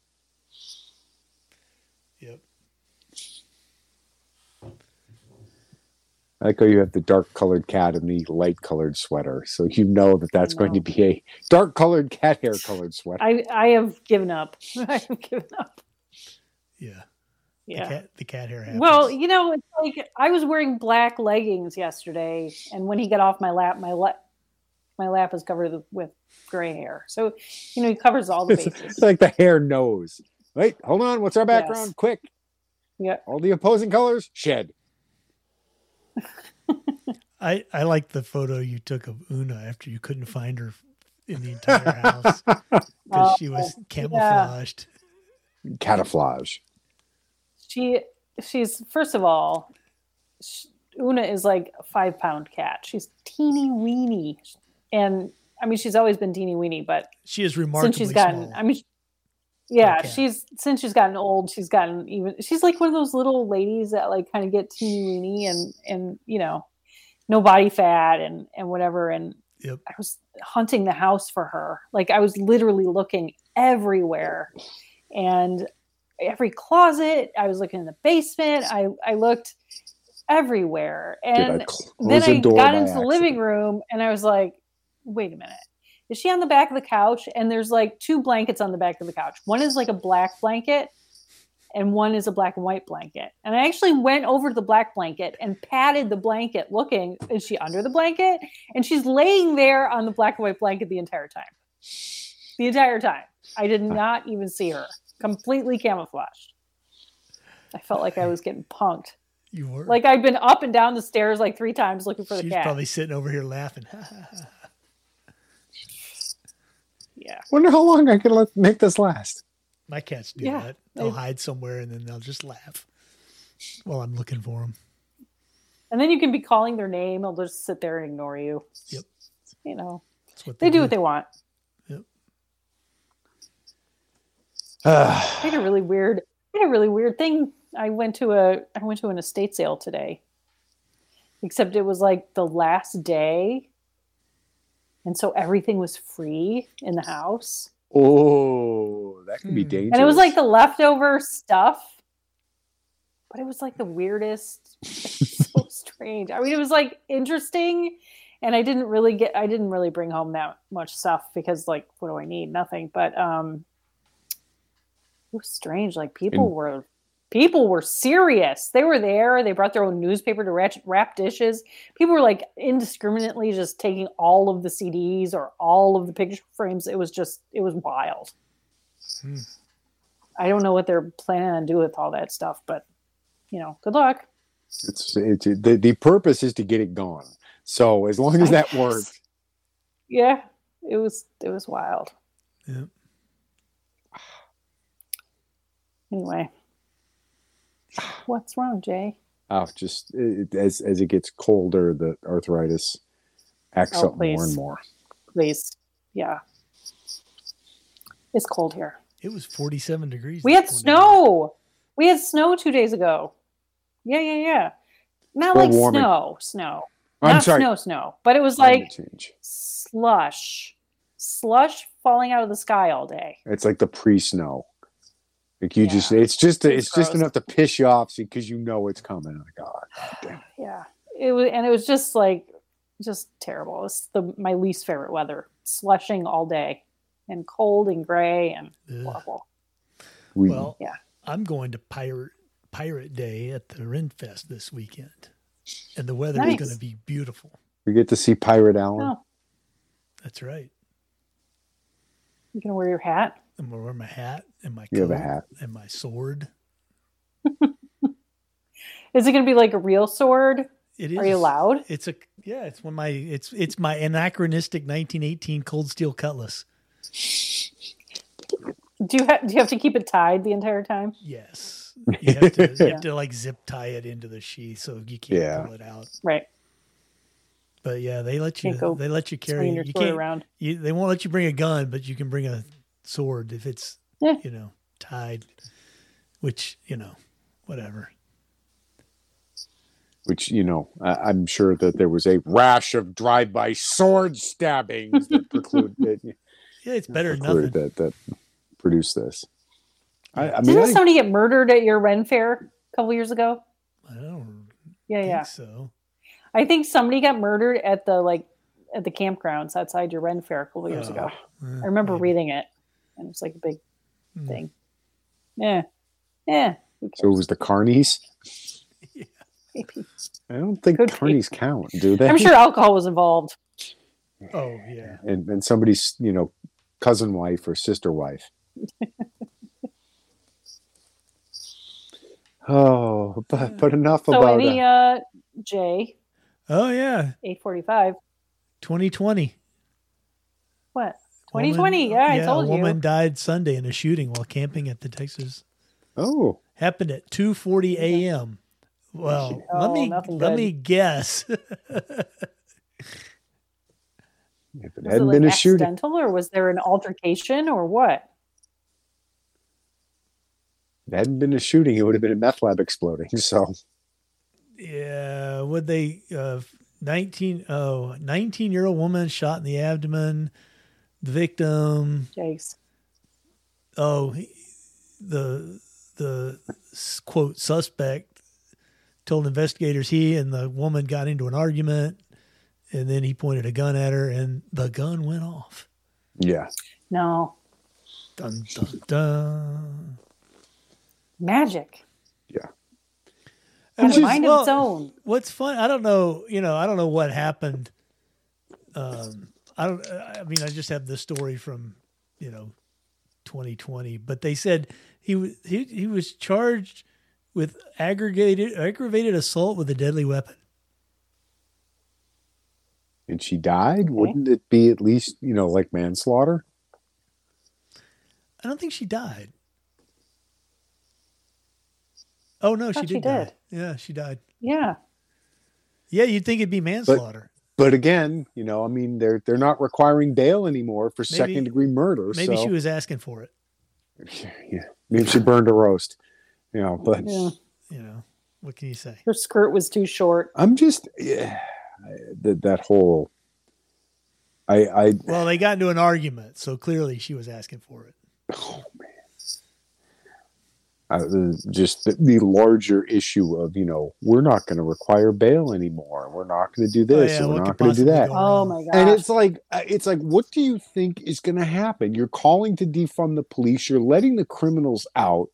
A: Yep.
B: I like how you have the dark colored cat and the light colored sweater. So you know that that's going to
C: know.
B: be a dark colored cat hair colored sweater.
C: I I have given up. I have given up.
A: Yeah. The
C: Yeah.
A: cat, the cat hair happens.
C: Well, you know, it's like I was wearing black leggings yesterday, and when he got off my lap, my lap, my lap is covered with gray hair. So, you know, he covers all the
B: It's,
C: bases.
B: it's like the hair nose. Wait, hold on. What's our background?
C: Yes.
B: Quick.
C: Yeah.
B: All the opposing colors? Shed.
A: I, I like the photo you took of Una after you couldn't find her in the entire house because
C: Um,
A: she was camouflaged.
B: Camouflage.
C: she she's first of all sh una is like a five pound cat she's teeny weeny and i mean she's always been teeny weeny but
A: She is remarkably
C: since she's gotten
A: small.
C: i mean yeah
A: Okay.
C: she's since she's gotten old she's gotten even she's like one of those little ladies that like kind of get teeny weeny and and you know no body fat and and whatever and
A: Yep.
C: i was hunting the house for her like i was literally looking everywhere and every closet i was looking in the basement i i looked everywhere and
B: Did I cl-
C: then
B: close
C: I
B: the door
C: got
B: by
C: into the living
B: accident?
C: room and I was like, wait a minute. Is she on the back of the couch? And there's like two blankets on the back of the couch. One is like a black blanket and one is a black and white blanket. And I actually went over to the black blanket and patted the blanket looking, is she under the blanket? And she's laying there on the black and white blanket the entire time. The entire time. I did not even see her. Completely camouflaged. I felt like I was getting punked.
A: You were.
C: Like I've been up and down the stairs like three times looking for the
A: She's
C: cat.
A: probably sitting over here laughing.
C: yeah.
B: Wonder how long I can let make this last.
A: My cats do
C: Yeah,
A: that. They'll
C: they-
A: hide somewhere and then they'll just laugh while I'm looking for them.
C: And then you can be calling their name. They'll just sit there and ignore you.
A: Yep.
C: You know,
A: That's what
C: they do what they want. I had a really weird, I had a really weird thing. I went to a, I went to an estate sale today. Except it was like the last day, and so everything was free in the house.
B: oh, that could be
A: Hmm.
B: dangerous.
C: and it was like the leftover stuff but it was like the weirdest so strange i mean it was like interesting and i didn't really get i didn't really bring home that much stuff because like what do i need nothing but um it was strange like people
B: And-
C: were people were serious they were there they brought their own newspaper to wrap, wrap dishes people were like indiscriminately just taking all of the cds or all of the picture frames it was just it was wild I don't know what they're planning on do with all that stuff, but you know, good luck.
B: it's, it's, the, the purpose is to get it gone. So as long as
C: I
B: that
C: guess.
B: works,
C: Yeah, it was it was wild.
A: Yep.
C: Anyway, what's wrong, Jay?
B: oh, just it, as as it gets colder, the arthritis acts
C: Oh,
B: up more and
C: please.
B: more.
C: Please, yeah, it's cold here.
A: It was 47 degrees.
C: We
A: this
C: had
A: morning.
C: snow. We had snow two days ago. Yeah, yeah, yeah. Not
B: We're
C: like
B: warming.
C: snow, snow.
B: I'm
C: Not
B: sorry.
C: snow, snow. But it was
B: Climate
C: like
B: change.
C: slush, slush falling out of the sky all day.
B: It's like the pre-snow. Like you
C: Yeah.
B: just, it's just,
C: It's
B: it's, just
C: gross.
B: enough to piss you off because you know it's coming. Like, oh, goddamn.
C: yeah it was and it was just like just terrible it's the my least favorite weather slushing all day and cold and gray and
A: Ugh.
C: horrible
B: We-
A: Well,
C: Yeah.
A: I'm going to Pirate Pirate Day at the Renfest this weekend, and the weather
C: Nice.
A: is going to be beautiful.
B: we get to see Pirate Allen.
C: oh
A: That's right.
C: you can wear your hat
A: I'm going to wear my hat and my
B: You have
A: coat
B: a hat.
A: and my sword.
C: is it going to be like a real sword
A: It is.
C: are you allowed
A: It's a yeah. It's one of my it's it's my anachronistic 1918 cold steel cutlass.
C: do you have do you have to keep it tied the entire time
A: Yes, you have to, you
C: Yeah.
A: have to like zip tie it into the sheath so you can't
B: Yeah.
A: pull it out.
C: right
A: But yeah, they let you
C: Can't go
A: they let you carry.
C: swinging your
A: You
C: sword
A: can't.
C: around
A: You, they won't let you bring a gun, but you can bring a sword if it's
C: Yeah.
A: you know tied. Which you know, whatever.
B: which you know I i'm sure that there was a rash of drive-by sword stabbings that preclude that,
A: Yeah, it's better than nothing.
B: precluded that that produced this i, I mean
C: Didn't
B: I,
C: somebody get murdered at your Ren Fair a couple years ago?
A: I don't
C: Yeah,
A: think
C: yeah.
A: so.
C: I think somebody got murdered at the like at the campgrounds outside your Ren Fair a couple years
A: Oh,
C: ago.
A: Uh,
C: I remember
A: maybe.
C: reading it, and it's like a big
A: Mm.
C: thing. Yeah, yeah.
B: so it was the carnies
C: Maybe.
B: i don't think
C: Could be.
B: carnies count do they
C: I'm sure alcohol was involved.
A: Oh yeah.
B: and, and somebody's you know cousin wife or sister wife oh but but enough
C: So
B: about
C: any
B: uh,
C: uh, J
A: Oh yeah.
C: eight forty five.
A: 2020.
C: What?
A: Woman-
C: 2020, yeah, I told
A: a
C: you.
A: woman died Sunday in a shooting while camping at the Texas.
C: uh,
B: oh
A: Happened at 2:40 a.m. Well, let
C: Oh,
A: me let
C: nothing good.
A: me guess.
B: if it
C: Was it
B: hadn't
C: like
B: been a shooting
C: accidental, or was there an altercation, or what?
B: if it hadn't been a shooting it would have been a meth lab exploding so
A: yeah, would they uh 19 oh 19-year-old woman shot in the abdomen. The victim
C: Jakes.
A: oh he- the the s- quote suspect told investigators he and the woman got into an argument and then he pointed a gun at her and the gun went off
B: yeah
C: No
A: dun dun dun
C: magic.
A: And
C: Had a
A: what's-
C: mind of
A: well,
C: its own.
A: what's fun i don't know you know i don't know what happened um i don't i mean i just have the story from you know 2020 but they said he was he, he was charged with aggregated aggravated assault with a deadly weapon
B: and she died wouldn't it be at least you know like manslaughter
A: I don't think she died. Oh no, she
C: thought
A: did,
C: she
A: die.
C: did.
A: Yeah, she died.
C: Yeah.
A: Yeah, you'd think it'd be manslaughter.
B: but again you know i mean they're they're not requiring bail anymore for
A: Maybe-
B: second degree murder
A: Maybe
B: so
A: she was asking for it,
B: yeah, maybe she burned a roast you know but
C: Yeah.
A: you know. What can you say?
C: Her skirt was too short.
B: I'm just yeah, that that whole. I I
A: Well, they got into an argument, so clearly she was asking for it.
B: oh, I Uh, just the, the larger issue of you know we're not going to require bail anymore. We're not going to do this.
A: yeah,
B: and we're
A: what
B: not
A: could
B: going to do
A: possibly
B: that.
A: go
C: Oh
A: around.
C: my
B: And
C: gosh.
B: it's like uh, it's like what do you think is going to happen? You're calling to defund the police. You're letting the criminals out.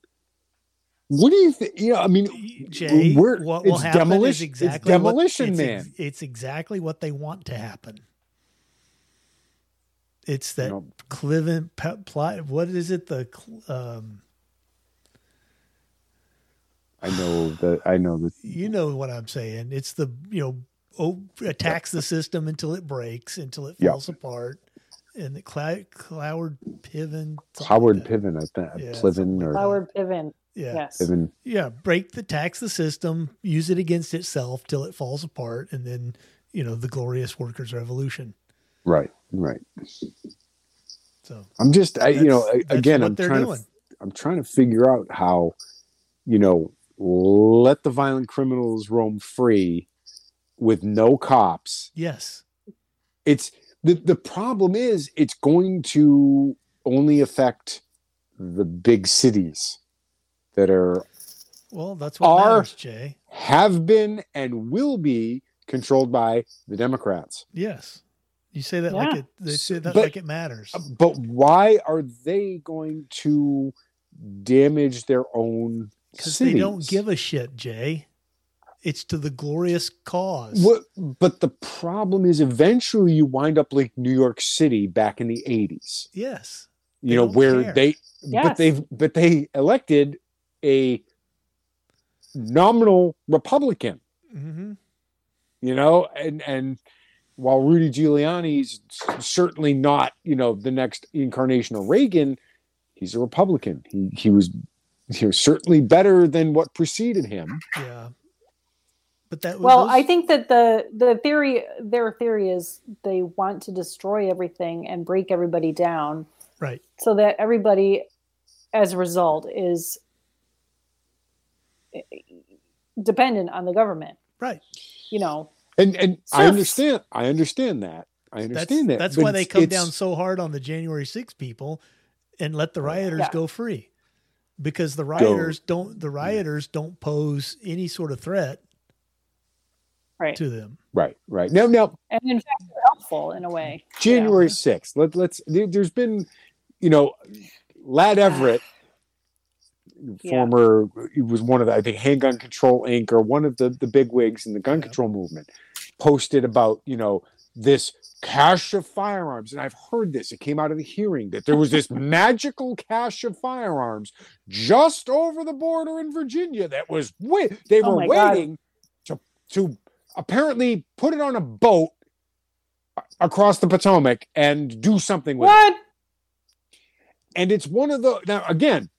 B: What do you think? You know, I mean,
A: Jay,
B: we're-
A: what will
B: it's
A: happen is
B: demolition- it's
A: exactly what-
B: demolition
A: it's
B: man.
A: it's exactly what they want to happen. It's
B: you
A: that
B: know,
A: Clivin pe- plot. What is it? The cl- um,
B: I know that I know that
A: you know what I'm saying. It's the you know oh, attacks the system until it breaks, until it
B: Yep.
A: falls apart, and the Cla- Cloward Piven, something like
B: Howard
A: that.
B: Piven, I think
A: Yeah,
B: Pliven or
C: Howard Piven.
A: yeah,
C: Yes.
B: Piven.
A: yeah, break the tax the system, use it against itself till it falls apart, and then you know the glorious workers' revolution.
B: Right, right.
A: So
B: I'm just, I, you know,
A: that's-
B: I-
A: that's
B: again,
A: what
B: I'm
A: they're
B: trying
A: doing.
B: to, I'm trying to figure out how, you know, let the violent criminals roam free with no cops.
A: yes,
B: It's the the problem is it's going to only affect the big cities that are
A: well that's what
B: Our-
A: matters, Jay.
B: have been and will be controlled by the Democrats.
A: Yes, you say that like
C: Yeah.
A: it. They say that
B: But-
A: like it matters.
B: But why are they going to damage their own?
A: because they don't
B: cities?
A: give a shit, Jay. It's to the glorious cause.
B: What, but the problem is eventually you wind up like New York City back in the 80s,
A: Yes,
B: you
A: They
B: know,
A: don't
B: where
A: care.
B: they, but
C: Yes.
B: they've, but they elected a nominal Republican,
A: hmm
B: you know, and, and while Rudy Giuliani's certainly not, you know, the next incarnation of Reagan, he's a Republican. He, he was, he was certainly better than what preceded him.
A: yeah. But that
C: Well,
A: those-
C: I think that the the theory their theory is they want to destroy everything and break everybody down
A: right.
C: so that everybody as a result is eh, dependent on the government.
A: Right.
C: You know,
B: And and I
C: Surfs.
B: understand. I understand that. I
A: That's,
B: understand that.
A: that's
B: but
A: why they
B: it's-
A: come
B: it's-
A: down so hard on the January 6th people and let the rioters
C: Yeah.
A: go free. Because the rioters don't the rioters don't pose any sort of threat
C: right.
A: to them.
B: Right. Right. Now now
C: and in fact, they're helpful in a way.
B: January sixth. Let let's. There, there's been, you know, Lad Everett,
C: Yeah.
B: former, he was one of the I think Handgun Control Inc. or one of the the big wigs in the gun
A: Yeah.
B: control movement, posted about you know this cache of firearms, and I've heard this. It came out of the hearing that there was this magical cache of firearms just over the border in Virginia that was wait they
C: Oh
B: were
C: my God.
B: waiting to to apparently put it on a boat a- across the Potomac and do something with it.
C: What?
B: And it's one of the now again,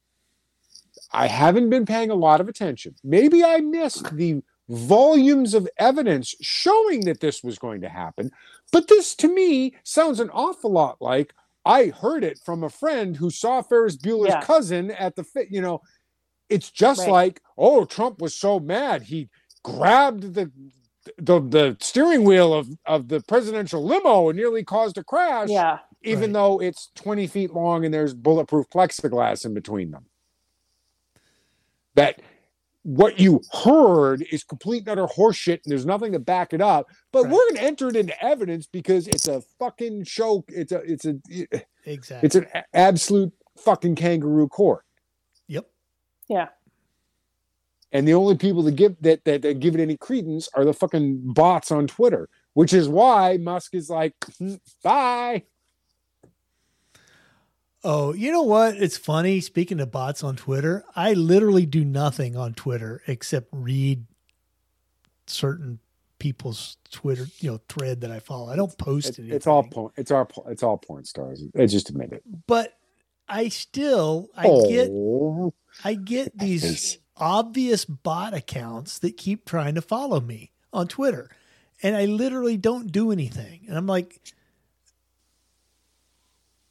B: I haven't been paying a lot of attention. Maybe I missed the volumes of evidence showing that this was going to happen, but this to me sounds an awful lot like I heard it from a friend who saw Ferris Bueller's
C: Yeah.
B: cousin at the fit, you know. It's just
C: Right.
B: like, oh, Trump was so mad he grabbed the the, the steering wheel of, of the presidential limo and nearly caused a crash
C: Yeah.
B: even
A: Right.
B: though it's 20 feet long and there's bulletproof plexiglass in between them. That what you heard is complete and utter horseshit, and there's nothing to back it up. But
A: Right.
B: we're gonna enter it into evidence because it's a fucking show. It's a it's a
A: Exactly.
B: it's an a- absolute fucking kangaroo court.
A: yep.
B: And the only people that give that, that that give it any credence are the fucking bots on Twitter, which is why Musk is like, "Hmm, bye.
A: Oh, you know what? It's funny. Speaking of bots on Twitter, I literally do nothing on Twitter except read certain people's Twitter, you know, thread that I follow. I don't post
B: It-
A: anything.
B: it's all porn. It's our por- it's all porn stars. I just admit it.
A: but I still I get
B: Oh,
A: I get these
B: yes.
A: obvious bot accounts that keep trying to follow me on Twitter. And I literally don't do anything. And I'm like,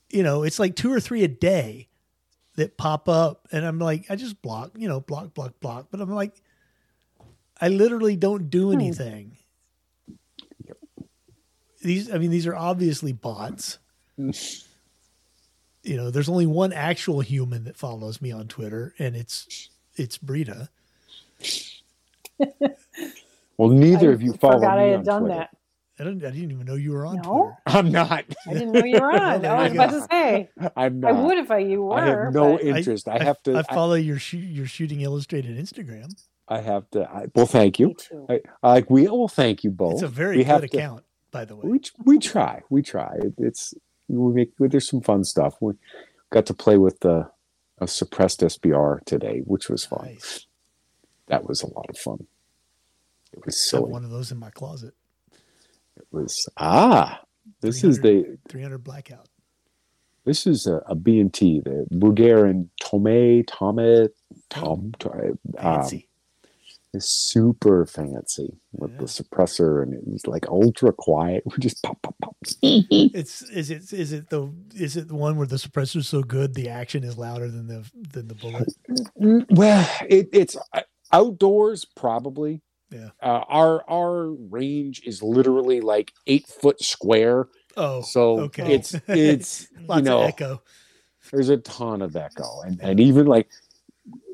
A: you know, it's like two or three a day that pop up. And I'm like, I just block, you know, block, block, block. But I'm like, I literally don't do
C: Hmm.
A: anything. These, I mean, these are obviously bots. you know, there's only one actual human that follows me on Twitter, and it's it's Brita.
B: Well, neither of you
C: I
B: follow me
C: Forgot I
B: on
C: had done
B: Twitter.
C: that.
A: I didn't I didn't even know you were on
C: No?
A: Twitter.
B: I'm not.
C: I didn't know you were on.
A: There
C: I was
A: you
C: about
B: go.
C: to say
B: I'm
C: I
B: not.
C: would if I you were.
B: I have no
C: but-
B: interest. I, have to.
A: I
B: I,
A: follow your shoo- your shooting illustrated Instagram.
B: I have to. I, well, thank you.
C: Me too.
B: I, I like we. Well, thank you both.
A: It's a very
B: we
A: good
B: have to-
A: account, by the way.
B: we we try. We try. It, it's we make. There's some fun stuff. We got to play with the a suppressed SBR today, which was fun.
A: Nice.
B: That was a lot of fun. It was
A: I have
B: silly.
A: one of those in my closet.
B: It was ah. This is the
A: 300 blackout.
B: This is a, a B&T, the Bulgarian Tome, Tome, Tom, Tom um,
A: Oh. Fancy.
B: is super fancy with the
A: Yeah.
B: suppressor and it's like ultra quiet. We just pop, pop, pop.
A: Mm. it's is it is it the is it the one where the suppressor's so good the action is louder than the than the bullet?
B: Mm, Well, it, it's uh, outdoors probably.
A: Yeah.
B: Uh, our our range is literally like eight foot square,
A: Oh,
B: so
A: okay.
B: it's it's
A: lots
B: you know
A: of echo.
B: there's a ton of echo and, and even like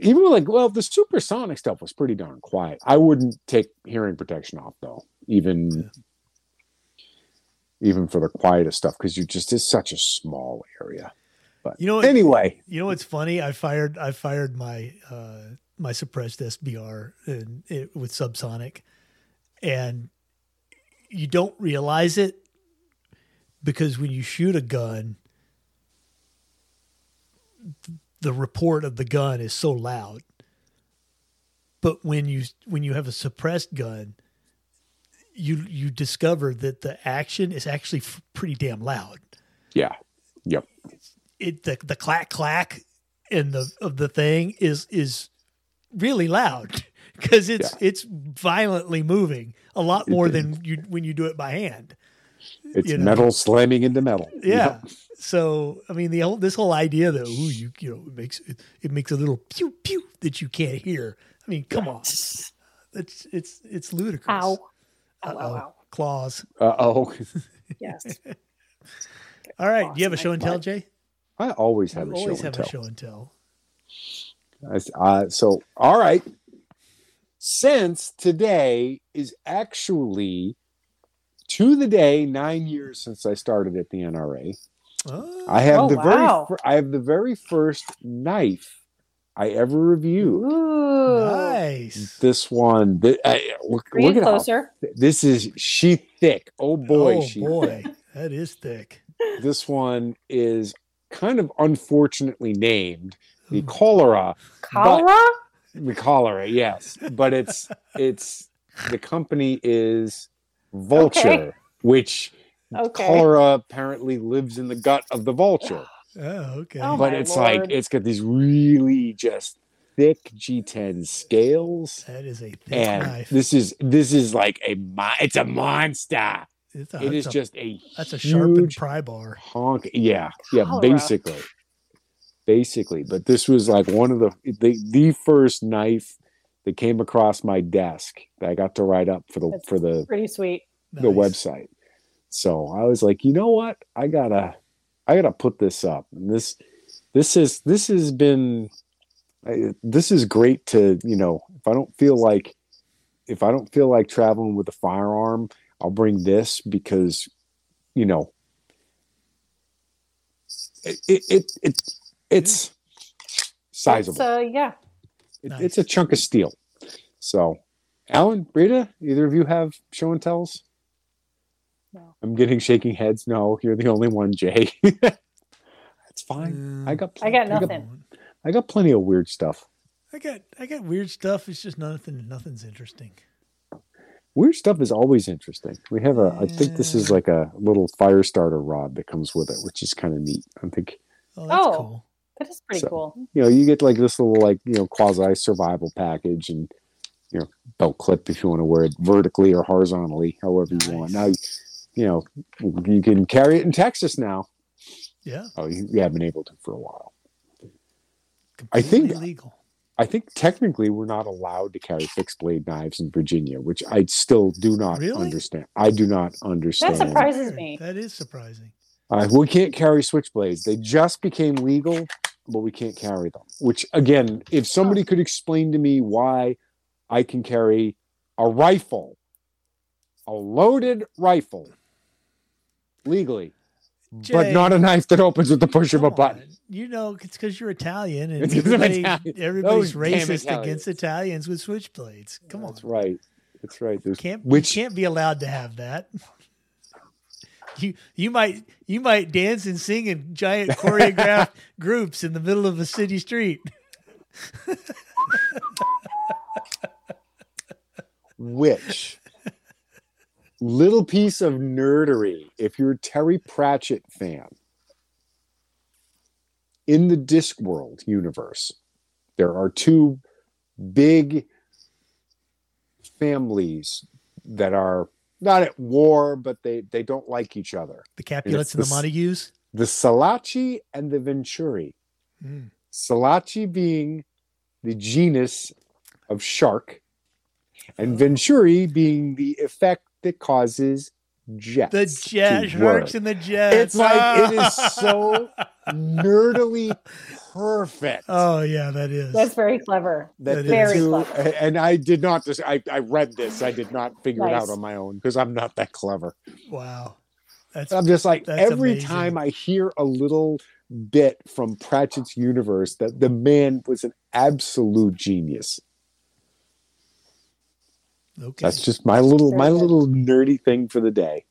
B: even like well the supersonic stuff was pretty darn quiet i wouldn't take hearing protection off though even even for the quietest stuff because you just it's such a small area but
A: You know what-
B: anyway
A: You know what's funny? I fired I fired my uh, my suppressed SBR and it, with subsonic, and you don't realize it because when you shoot a gun, the report of the gun is so loud. But when you when you have a suppressed gun, you you discover that the action is actually f- pretty damn loud
B: yeah
A: it the, the clack clack and the of the thing is is really loud because it's it's violently moving a lot
B: It
A: more
B: is.
A: than you when you do it by hand.
B: it's
A: You know.
B: metal slamming into metal
A: Yeah. So I mean the whole this whole idea that ooh you you know it makes it, it makes a little pew pew that you can't hear. I mean come on It's it's it's ludicrous.
C: Ow. Ow, ow,
A: Uh-oh.
C: ow.
A: Claws.
B: Uh oh.
C: Yes.
A: All right. Do you have a
C: Claws in
A: show
C: my
A: and tell,
C: butt.
A: Jay?
B: I always have
A: You
B: a show
A: always
B: and
A: have
B: tell.
A: a show and tell.
B: I s- Uh, so, all right. Since today is actually to the day nine years since I started at the NRA,
A: Oh,
B: I have
C: Oh,
B: the
C: wow.
B: very fir- I have the very first knife I ever
C: Ooh.
B: reviewed.
A: Oh, nice.
B: This one, th- I- look,
C: Bring
B: look
C: it
B: at how
C: closer.
B: th- this is. She thick. Oh boy,
A: oh
B: she.
A: boy, that is thick.
B: This one is kind of unfortunately named the
A: Ooh.
B: cholera
C: Cholera?
B: We cholera, yes, but it's it's the company is Vulture,
C: Okay.
B: which
C: Okay.
B: cholera apparently lives in the gut of the vulture.
A: Oh, okay.
C: Oh,
B: but
C: my
B: it's like
C: Lord.
B: it's got these really just thick G10 scales,
A: that is a thick
B: and
A: knife.
B: this is this is like a mo- it's a monster.
A: it's a,
B: It
A: it's
B: is
A: Oh, a-
B: just a
A: that's a sharpened
B: huge
A: pry bar.
B: honk. Yeah, yeah,
C: Cholera.
B: basically, basically. But this was like one of the the, the first knife that came across my desk that I got to write up for the
C: That's
B: for the
C: Pretty sweet.
A: Nice.
B: the website. So I was like, you know what? I gotta I gotta put this up. And this this is this has been I, this is great to you know if I don't feel like if I don't feel like traveling with a firearm, I'll bring this because you know it it it, it it's sizable.
C: It's, uh, yeah.
B: It-
A: Nice.
B: It's a chunk of steel. So, Alan, Rita, either of you have show and tells?
C: No.
B: I'm getting shaking heads. No, you're the only one, Jay. That's fine. I got
C: I got
A: Mm,
C: nothing.
B: I got plenty of weird stuff.
A: I got I got weird stuff. It's just nothing. Nothing's interesting.
B: Weird stuff is always interesting. We have a. I think this is
A: Yeah.
B: like a little fire starter rod that comes with it, which is kind of neat. I think
A: Oh, that's
C: Oh.
A: cool.
C: That is pretty
B: So-
C: cool.
B: you know you get like this little like you know quasi survival package and you know belt clip if you want to wear it vertically or horizontally, however you want. Now, you know you can carry it in Texas now.
A: Yeah,
B: Oh, you, you haven't been able to for a while. I think-
A: completely legal.
B: I think technically we're not allowed to carry fixed blade knives in Virginia, which I still do not
A: Really?
B: understand. I do not
C: That
B: understand.
C: surprises
A: Weird.
C: me.
A: That is surprising.
B: Uh, we can't carry switchblades. They just became legal, but we can't carry them. Which, again, if somebody could explain to me why I can carry a rifle, a loaded rifle, legally, but
A: Jay,
B: not a knife that opens with the push of
A: Come
B: a
A: on.
B: button.
A: You know, it's because you're Italian, and
B: It's 'cause I'm
A: everybody,
B: Italian.
A: everybody's
B: Those damn
A: racist
B: Italians.
A: against Italians with switchblades. Come on,
B: That's right. That's right. There's,
A: can't
B: Which-
A: you can't be allowed to have that. You you might you might dance and sing in giant choreographed groups in the middle of a city street.
B: which little piece of nerdery if you're a terry pratchett fan in the discworld universe there are two big families that are not at war but they they don't like each other
A: The Capulets and the
B: this-
A: Montagues.
B: the Salachi and the venturi
A: Mm.
B: Salachi being the genus of shark, and Venturi being the effect that causes jets.
A: The
B: to
A: Jets,
B: work.
A: Sharks and the Jets.
B: It's like it is so nerdily perfect.
A: Oh yeah, that is.
C: That's very clever.
B: that
A: it
B: the
A: is.
C: Very
B: two-
C: clever.
B: a- and I did not. Just, I I read this. I did not figure it out
C: Nice.
B: on my own because I'm not that clever.
A: wow. That's
B: I'm just like
A: That's
B: every
A: amazing.
B: time I hear a little bit from Pratchett's universe that the man was an absolute genius.
A: okay.
B: That's just my little
C: Very
B: my
C: good.
B: little nerdy thing for the day.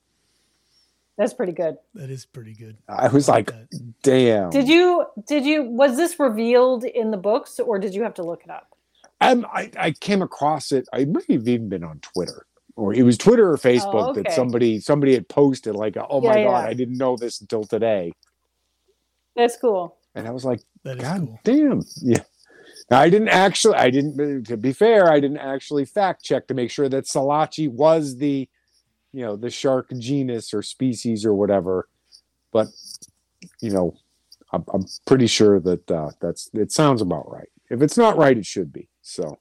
C: That's pretty good.
A: that is pretty good.
B: I was
A: I like
B: like, damn.
C: Did you did you was this revealed in the books or did you have to look it up?
B: I'm, I I came across it. I might have even been on Twitter. Or it was Twitter or Facebook that
C: Oh, okay.
B: somebody somebody had posted like, "Oh my
C: Yeah,
B: god,
C: yeah.
B: I didn't know this until today,"
C: That's cool.
B: and I was like,
A: that is
B: "God
A: cool.
B: damn, yeah." Now, I didn't actually. I didn't. uh, To be fair, I didn't actually fact check to make sure that Salachi was the, you know, the shark genus or species or whatever. But you know, I'm, I'm pretty sure that uh, that's. It sounds about right. If it's not right, it should be. So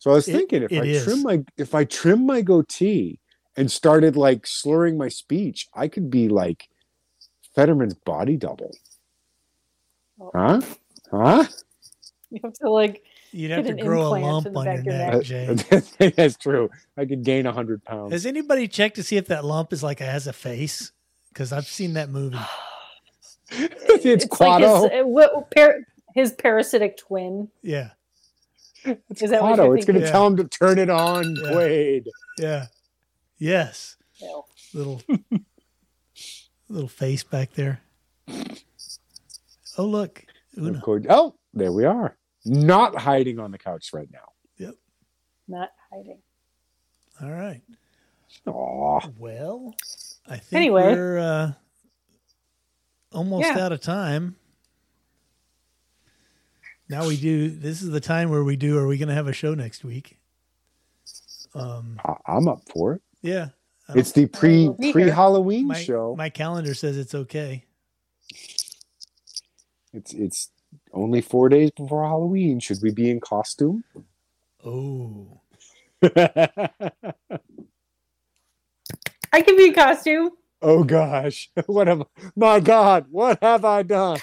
B: So I was
A: It-
B: thinking if
A: it
B: I
A: is.
B: trim my if I trim my goatee and started like slurring my speech, I could be like Fetterman's body double.
C: Oh.
B: Huh? Huh?
C: You have to like
A: You'd have
C: Get
A: to
C: an
A: grow a
C: implant
A: lump
C: in the
A: on
C: back
A: your
C: of your
A: neck,
C: neck.
A: Jay.
B: That's true. I could gain hundred pounds.
A: Has anybody checked to see if that lump is like has a face? Because I've seen that movie.
B: it's Quado.
C: Like his, uh, what, par- his parasitic twin.
A: Yeah,
B: it's
C: is that what you're
B: It's going to
A: thinking?
B: tell him to turn it on,
A: Yeah.
B: Quaid.
A: yeah, yes.
C: No.
A: Little little face back there. Oh look, Una.
B: Quaid. Oh, there we are. Not hiding on the couch right now.
C: Not hiding.
A: All right.
B: Aw.
A: Well, I think
C: Anyway.
A: we're uh, almost
C: Yeah.
A: out of time. Now we do. This is the time where we do. Are we going to have a show next week? Um.
B: I- I'm up for it.
A: Yeah. I don't-
B: It's the pre
C: We'll be here.
B: pre Halloween
A: my,
B: show.
A: my calendar says it's okay.
B: It's it's only four days before Halloween. Should we be in costume?
A: Oh.
C: I can be in costume.
B: oh gosh, what have my God? What have I done?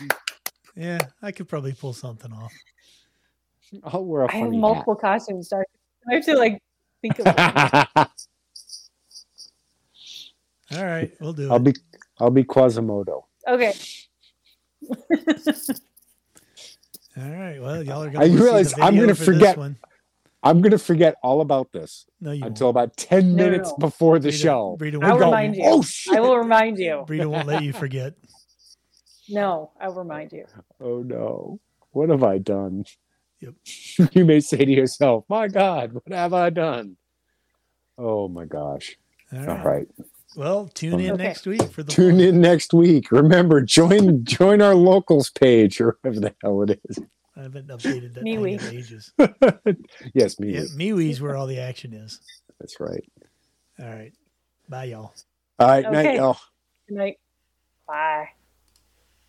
A: Yeah, I could probably pull something off.
B: I'll wear a
C: I have
B: funny
C: multiple costumes. Dark. I have to like think of one.
B: hat.
A: All right, we'll do
B: I'll
A: it.
B: be I'll be Quasimodo.
C: okay.
A: All right. Well, y'all are gonna. wanna
B: I
A: see the
B: realize I'm
A: video
B: gonna
A: for this
B: forget-
A: one.
B: I'm gonna forget all about this
A: No, you
B: until about ten
C: No, no,
B: minutes
C: no.
B: before the
A: Rita-
B: show.
A: Rita
C: I'll
A: won't.
B: Go,
C: remind you.
B: Oh shit!
C: I will remind you.
A: Rita won't let you forget.
C: No, I'll remind you.
B: Oh no. What have I done?
A: Yep.
B: you may say to yourself, My God, what have I done? Oh my gosh.
A: All
B: All
A: right.
B: right.
A: Well, tune in
C: Okay.
A: next week for the
B: Tune in next week. Remember, join join our locals page or whatever the hell it
A: I haven't updated that thing
C: MeWe.
A: in ages.
B: is. yes, me.
A: Yeah, MeWe's where all the action is.
B: That's right.
A: All right. Bye, y'all.
B: All right,
C: Okay.
B: night, y'all.
C: Good night. Bye.